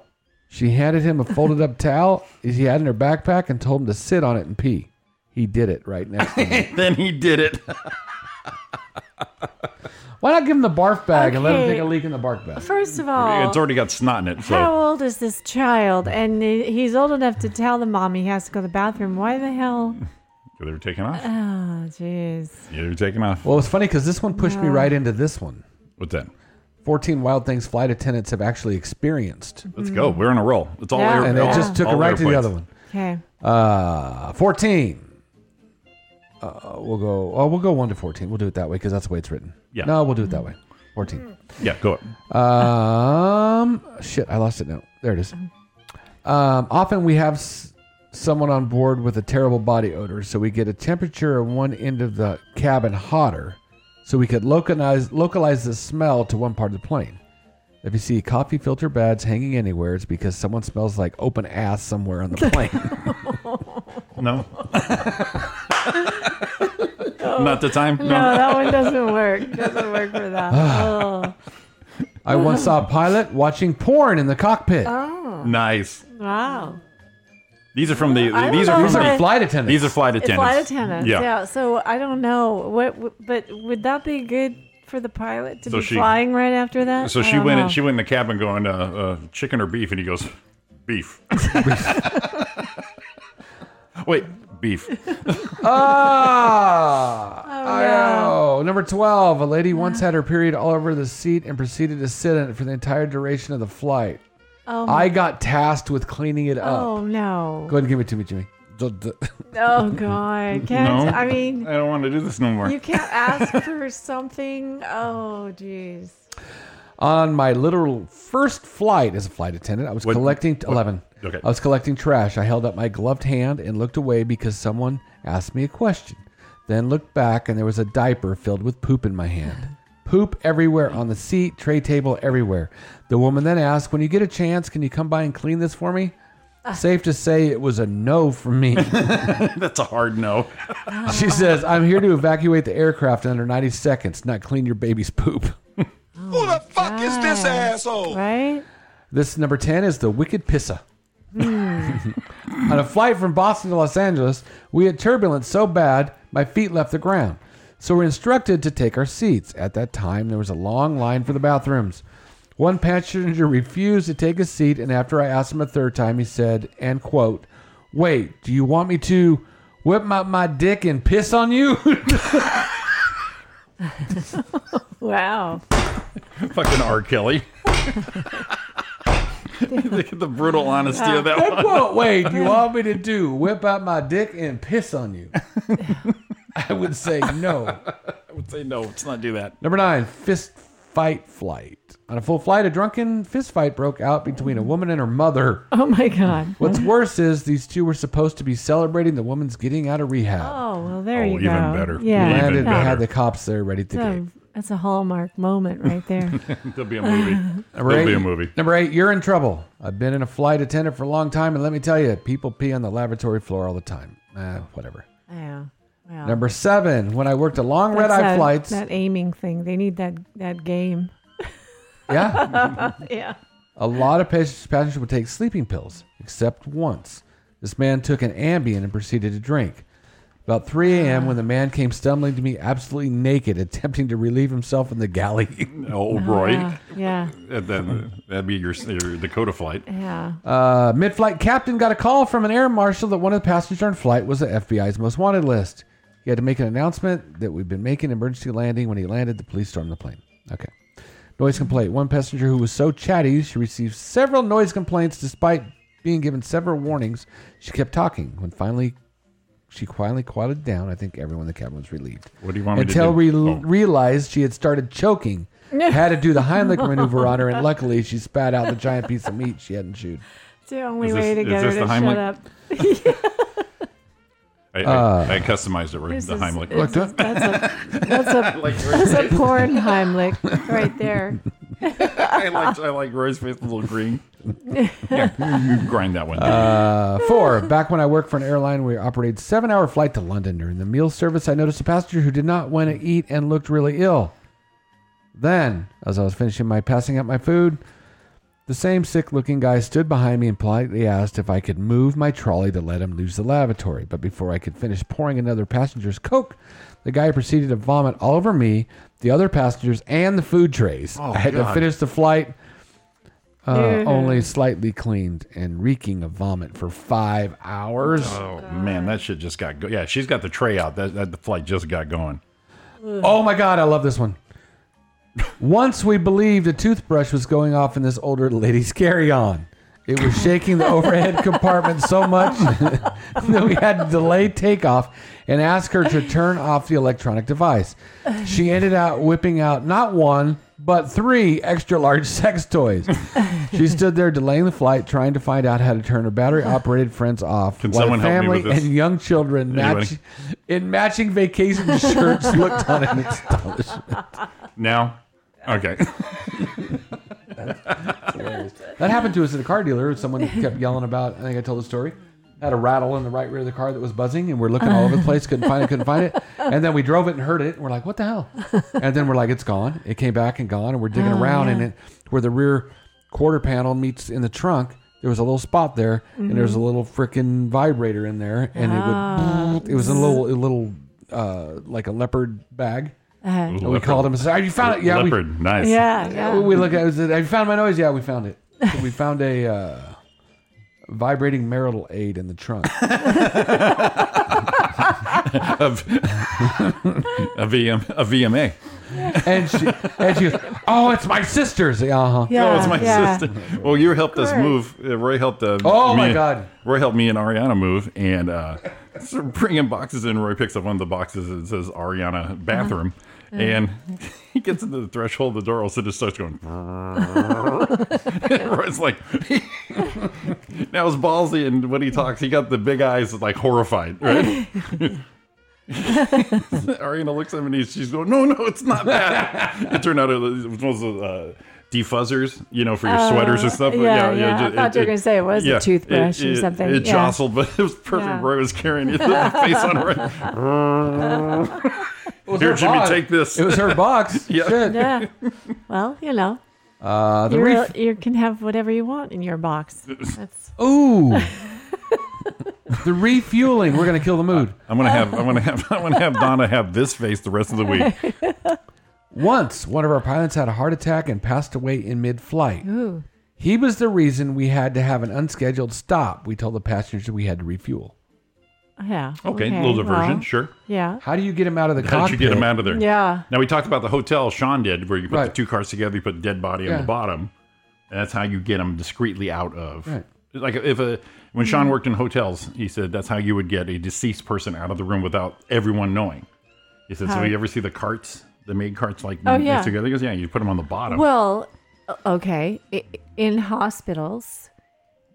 she handed him a folded up towel he had in her backpack and told him to sit on it and pee. He did it right next to me.
then he did it.
Why not give him the barf bag and let him
Okay.
take a leak in the barf bag?
First of all,
it's already got snot in it. So
how old is this child? And he- he's old enough to tell the mom he has to go to the bathroom. Why the hell?
they were taking off.
Oh, jeez.
Yeah, they were taking off.
Well, it's funny because this one pushed me
No.
right into this one.
What's that?
14 wild things flight attendants have actually experienced.
Mm.
Let's go. We're on a roll. It's all
Yeah.
air-
And they
all-
just took it
all
right to the
airplanes.
other one.
Okay.
Uh, 14. Uh, we'll go. Oh, we'll go one to 14. We'll do it that way because that's the way it's written.
Yeah.
No, we'll do it that way. 14.
Yeah, go
Um, shit, I lost it now. There it is. Um, often we have s- someone on board with a terrible body odor, so we get a temperature at one end of the cabin hotter, so we could localize localize the smell to one part of the plane. If you see coffee filter bags hanging anywhere, it's because someone smells like open ass somewhere on the plane.
no. Not the time.
No, that one doesn't work. Doesn't work for that. Oh.
I once saw a pilot watching porn in the cockpit.
Oh.
Nice.
Wow.
These are from the.
I don't
These are
know
from
These
the,
are flight attendants.
These are flight
It's
attendants.
Flight attendants. Yeah.
Yeah.
So I don't know what, but would that be good for the pilot to
So
be
she-
flying right after that?
So
I
she
don't
went.
know.
And she went in the cabin going, uh, uh, "Chicken or beef?" And he goes, "Beef." Wait, beef.
Ah! oh, Number 12. A lady once had her period all over the seat and proceeded to sit in it for the entire duration of the flight.
Oh,
I
my-
got tasked with cleaning it up.
Oh no.
Go ahead and give it to me, Jimmy. D- d-
Oh God! Can't
No.
I mean?
I don't want to do this no more.
You can't ask for something. Oh jeez.
On my literal first flight as a flight attendant, I was collecting 11.
okay.
I was collecting trash. I held up my gloved hand and looked away because someone asked me a question. Then looked back and there was a diaper filled with poop in my hand. Poop everywhere on the seat, tray table, everywhere. The woman then asked, "When you get a chance, can you come by and clean this for me?" Safe to say it was a no from me.
That's a hard no.
She says, I'm here to evacuate the aircraft in under 90 seconds, not clean your baby's poop.
Who the fuck is this
Oh.
asshole?
Right?
This number 10 is the Wicked Pissa.
Hmm.
On a flight from Boston to Los Angeles, we had turbulence so bad my feet left the ground. So we're instructed to take our seats. At that time, there was a long line for the bathrooms. One passenger refused to take his seat, and after I asked him a third time, he said, and quote, Wait, do you want me to whip my, my dick and piss on you?
Wow.
Fucking R. Kelly. Look at the brutal honesty of that
That
one.
quote, wait, you want me to do? Whip out my dick and piss on you. I would say no.
I would say no. Let's not do that.
Number nine, fist fight flight. On a full flight, a drunken fist fight broke out between a woman and her mother.
Oh my God.
What's worse is these two were supposed to be celebrating the woman's getting out of rehab.
Oh well, there
Oh,
you go.
even
better.
Yeah.
Landed and
Yeah.
had the cops there ready to
That's a, that's a hallmark moment right there.
There'll be a movie.
Number
There'll
eight,
be a movie.
Number eight, you're in trouble. I've been in a flight attendant for a long time, and let me tell you, people pee on the laboratory floor all the time. Eh, whatever.
yeah. Wow.
Number seven, when I worked at long
That's
red eye
that-
flights.
That aiming thing. They need that that game.
Yeah.
yeah.
A lot of patients, passengers would take sleeping pills, except once. This man took an Ambien and proceeded to drink. About 3 a.m., when the man came stumbling to me absolutely naked, attempting to relieve himself in the galley.
Oh, Roy.
Uh-huh. Yeah.
And then that'd be your, your Dakota flight.
Yeah.
Uh, Mid flight captain got a call from an air marshal that one of the passengers on flight was the FBI's most wanted list. He had to make an announcement that we'd been making an emergency landing. When he landed, the police stormed the plane. Okay. Noise complaint. One passenger who was so chatty, she received several noise complaints despite being given several warnings. She kept talking. When finally, she quietly quieted down, I think everyone in the cabin was relieved.
What do you want me to
Until
do? Oh.
we l- realized she had started choking. had to do the Heimlich maneuver on her, and luckily she spat out the giant piece of meat she hadn't chewed.
It's the only
Is
way
this-
to
is
get her
this the
to shut
Heimlich?
up.
I, I,
Uh,
I customized it with
This
the
is-
Heimlich.
this is- that's a that's a,
Like Roy.
that's a porn Heimlich right there.
I like I like Roy's face a little green. Yeah, grind that one.
Uh, four. Back when I worked for an airline, we operated seven-hour flight to London. During the meal service, I noticed a passenger who did not want to eat and looked really ill. Then, as I was finishing my passing up my food, The same sick looking guy stood behind me and politely asked if I could move my trolley to let him use the lavatory. But before I could finish pouring another passenger's Coke, the guy proceeded to vomit all over me, the other passengers, and the food trays.
Oh,
I had to
God.
finish the flight uh,
Ew.
only slightly cleaned and reeking of vomit for five hours.
Oh man, that shit just got. Go- yeah, she's got the tray out. That, that the flight just got going.
Oh my God, I love this one. Once we believed a toothbrush was going off in this older lady's carry on. It was shaking the overhead compartment so much that we had to delay takeoff and ask her to turn off the electronic device. She ended up whipping out not one, but three extra large sex toys. She stood there delaying the flight, trying to find out how to turn her battery operated friends off.
Can
while
someone help me
family
with this?
and young children match,
Anybody?
in matching vacation shirts looked on in astonishment.
Now, okay.
That happened to us at a car dealer. Someone kept yelling about. I think I told the story. Had a rattle in the right rear of the car that was buzzing, and we're looking all over the place, couldn't find it, couldn't find it. And then we drove it and heard it, and we're like, "What the hell?" And then we're like, "It's gone." It came back and gone, and we're digging
Oh,
around in
yeah.
it where the rear quarter panel meets in the trunk. There was a little spot there, and there was a
Mhm.
little freaking vibrator in there, and
Ah.
it would. It was a little, a little, uh, like a leopard bag.
Uh-huh.
And we
Leopard.
called him and said, "Have you found it? Yeah, we- Oh,
Leopard, nice. Yeah, yeah.
We look at. it and said, Have you found my noise? Yeah, we found it. So we found a uh, vibrating marital aid in the trunk.
a, v- a VM, a VMA.
and she and she goes, "Oh, it's my sister's." Uh huh.
oh, it's my sister. Well, you helped us
Correct.
move. Uh, Roy helped. Uh,
Oh,
me
my
and-
God.
Roy helped me and Ariana move, and uh, so we're bringing boxes in. Roy picks up one of the boxes and says Ariana bathroom,
Uh-huh.
and he gets into the threshold of the door. Also, just starts going. Roy's like. Now it's ballsy, and when he talks, he got the big eyes, like horrified. Right? Ariana looks at him and he's, she's going, "No, no, it's not that." it turned out it was one of those uh, defuzzers, you know, for your
Oh,
sweaters and stuff.
yeah, yeah. I
ju-
thought you were gonna say it was a toothbrush
it-
or
it-
something.
It,
Yeah.
jostled, but it was perfect.
Yeah.
Roy was carrying it the face on Roy.
was
Here,
her
Jimmy,
box.
take this.
It was her box.
yeah.
Shit.
Yeah. Well, you know,
Uh, the
you're-
ref-
you can have whatever you want in your box. That's
Ooh. the refueling. We're gonna kill the mood.
I'm gonna have. I'm gonna have. I'm gonna have Donna have this face the rest of the week.
Once, one of our pilots had a heart attack and passed away in mid-flight.
Ooh.
He was the reason we had to have an unscheduled stop. We told the passengers we had to refuel.
yeah.
Okay, little diversion, sure.
Yeah.
How do you get him out of the
How did
cockpit?
you get him out of there?
Yeah.
Now we talked about the hotel Sean did, where you put the two cars together, you put the dead body on
Yeah.
the bottom. And that's how you get them discreetly out of.
Right.
Like if a when Sean
Mhm.
worked in hotels, he said that's how you would get a deceased person out of the room without everyone knowing. He said,
How-
so you ever see the carts, the maid carts, like
Oh,
mixed
yeah.
together? He goes, yeah, you put them on the bottom.
Well, o- okay. I- In hospitals,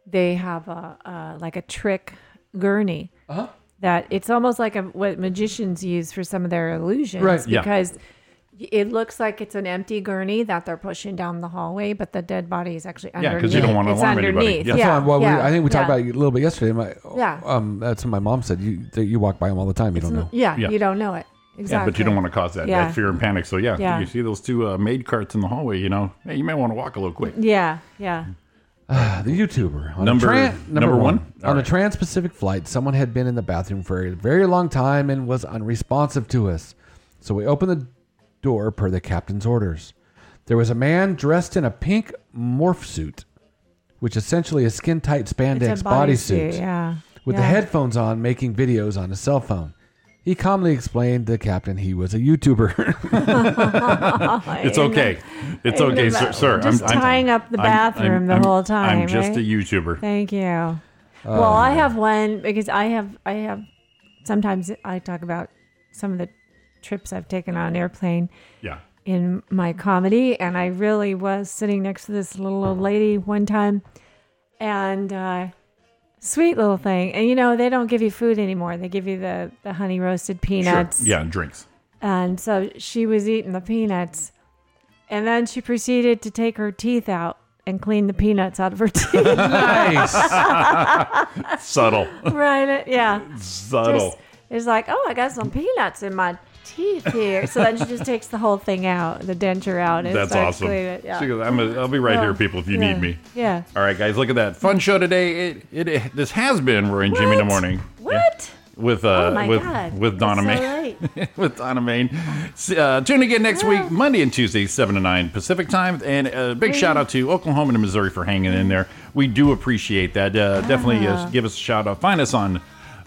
they have a uh, like a trick gurney
Uh-huh.
that it's almost like a, what magicians use for some of their illusions,
Right. Yeah.
Because y- it looks like it's an empty gurney that they're pushing down the hallway, but the dead body is actually underneath.
Yeah, 'cause you don't wanna
It's
alarm anybody.
underneath.
Yeah.
Yeah,
That's why well,
yeah,
we, I think we talked
yeah.
about it a little bit yesterday. My,
Yeah.
Um, that's what my mom said. You that you walk by them all the time. You don't know.
Yeah,
Yeah.
you don't know it exactly.
Yeah, but you don't want to cause that,
Yeah.
that fear and panic. So yeah,
Yeah.
you see those two uh, maid carts in the hallway, you know, hey, you may want to walk a little quick.
Yeah, yeah.
the YouTuber on
Number-
a tran-
number one?
on a trans-Pacific flight. Someone had been in the bathroom for a very long time and was unresponsive to us. So we opened the door per the captain's orders. There was a man dressed in a pink morph suit, which essentially is skin-tight spandex
It's a bodysuit,
bodysuit.
yeah.
With the
Yeah.
headphones on, making videos on his cell phone. He calmly explained to the captain he was a YouTuber.
It's okay. It's
And
okay, sir.
the-
sir.
just tying up the
I'm- I'm-
bathroom the
I'm-
whole time.
I'm just
right?
a YouTuber.
Thank you. well,
Um,
I have one because I have I have sometimes I talk about some of the trips I've taken on an airplane.
Yeah.
In my comedy, and I really was sitting next to this little old lady one time, and uh, sweet little thing. And you know they don't give you food anymore; they give you the the honey roasted peanuts.
Sure. Yeah, and drinks.
And so she was eating the peanuts. And then she proceeded to take her teeth out and clean the peanuts out of her teeth.
Subtle.
right? Yeah.
Subtle.
Just- it's like, oh, I got some peanuts in my teeth here. So then she just takes the whole thing out, the denture out. and
That's
starts
awesome.
cleaning it. Yeah.
She goes, I'm a, I'll be right
Yeah.
here, people, if you
Yeah.
need me.
Yeah.
All right, guys, look at that fun show today. It it, this has been Roy and Jimmy in the morning.
What?
With uh
Oh my
with
God.
with Donna
That's
Mae.
all right.
with Donna Main. S- Uh, tune again next week, Monday and Tuesday, 7 to 9 Pacific time. And a big
Hey.
shout out to Oklahoma and Missouri for hanging in there. We do appreciate that. Uh, Definitely uh,
Yeah.
give us a shout out. Find us on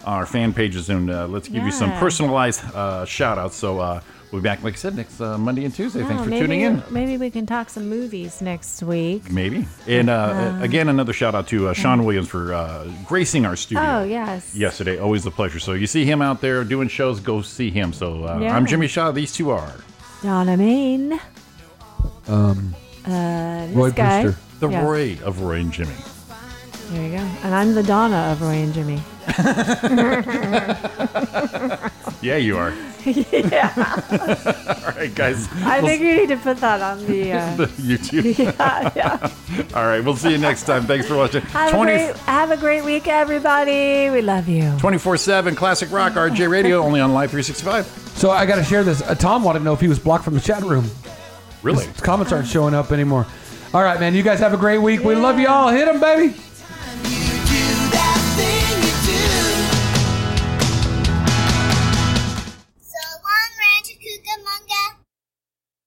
our fan pages and uh, let's give you some
Yeah.
personalized uh, shout outs. So uh, we'll be back, like I said, next uh, Monday and Tuesday. Thanks
Oh,
for
maybe,
tuning in.
Maybe we can talk some movies next week.
Maybe. And uh,
Uh,
again, another shout out to uh, Sean Williams for uh, gracing our studio
Oh, yes.
yesterday. Always a pleasure. So you see him out there doing shows, go see him. So uh,
Yeah.
I'm Jimmy Shaw. These two are.
Donna Main. Uh,
Um,
this guy.
The
Yeah.
Roy of Roy and Jimmy.
There you go. And I'm the Donna of Roy and Jimmy.
Yeah, you are.
yeah.
All right, guys.
I
We'll-
think you need to put that on the. Uh,
the YouTube.
yeah, yeah.
All right, we'll see you next time. Thanks for watching.
Have, a great, have a great week, everybody. We love you.
24 7 Classic Rock RJ Radio, only on Live 365.
So I got to share this. Uh, Tom wanted to know if he was blocked from the chat room.
Really?
His comments aren't showing up anymore. All right, man. You guys have a great week. We love you all. Hit them, baby.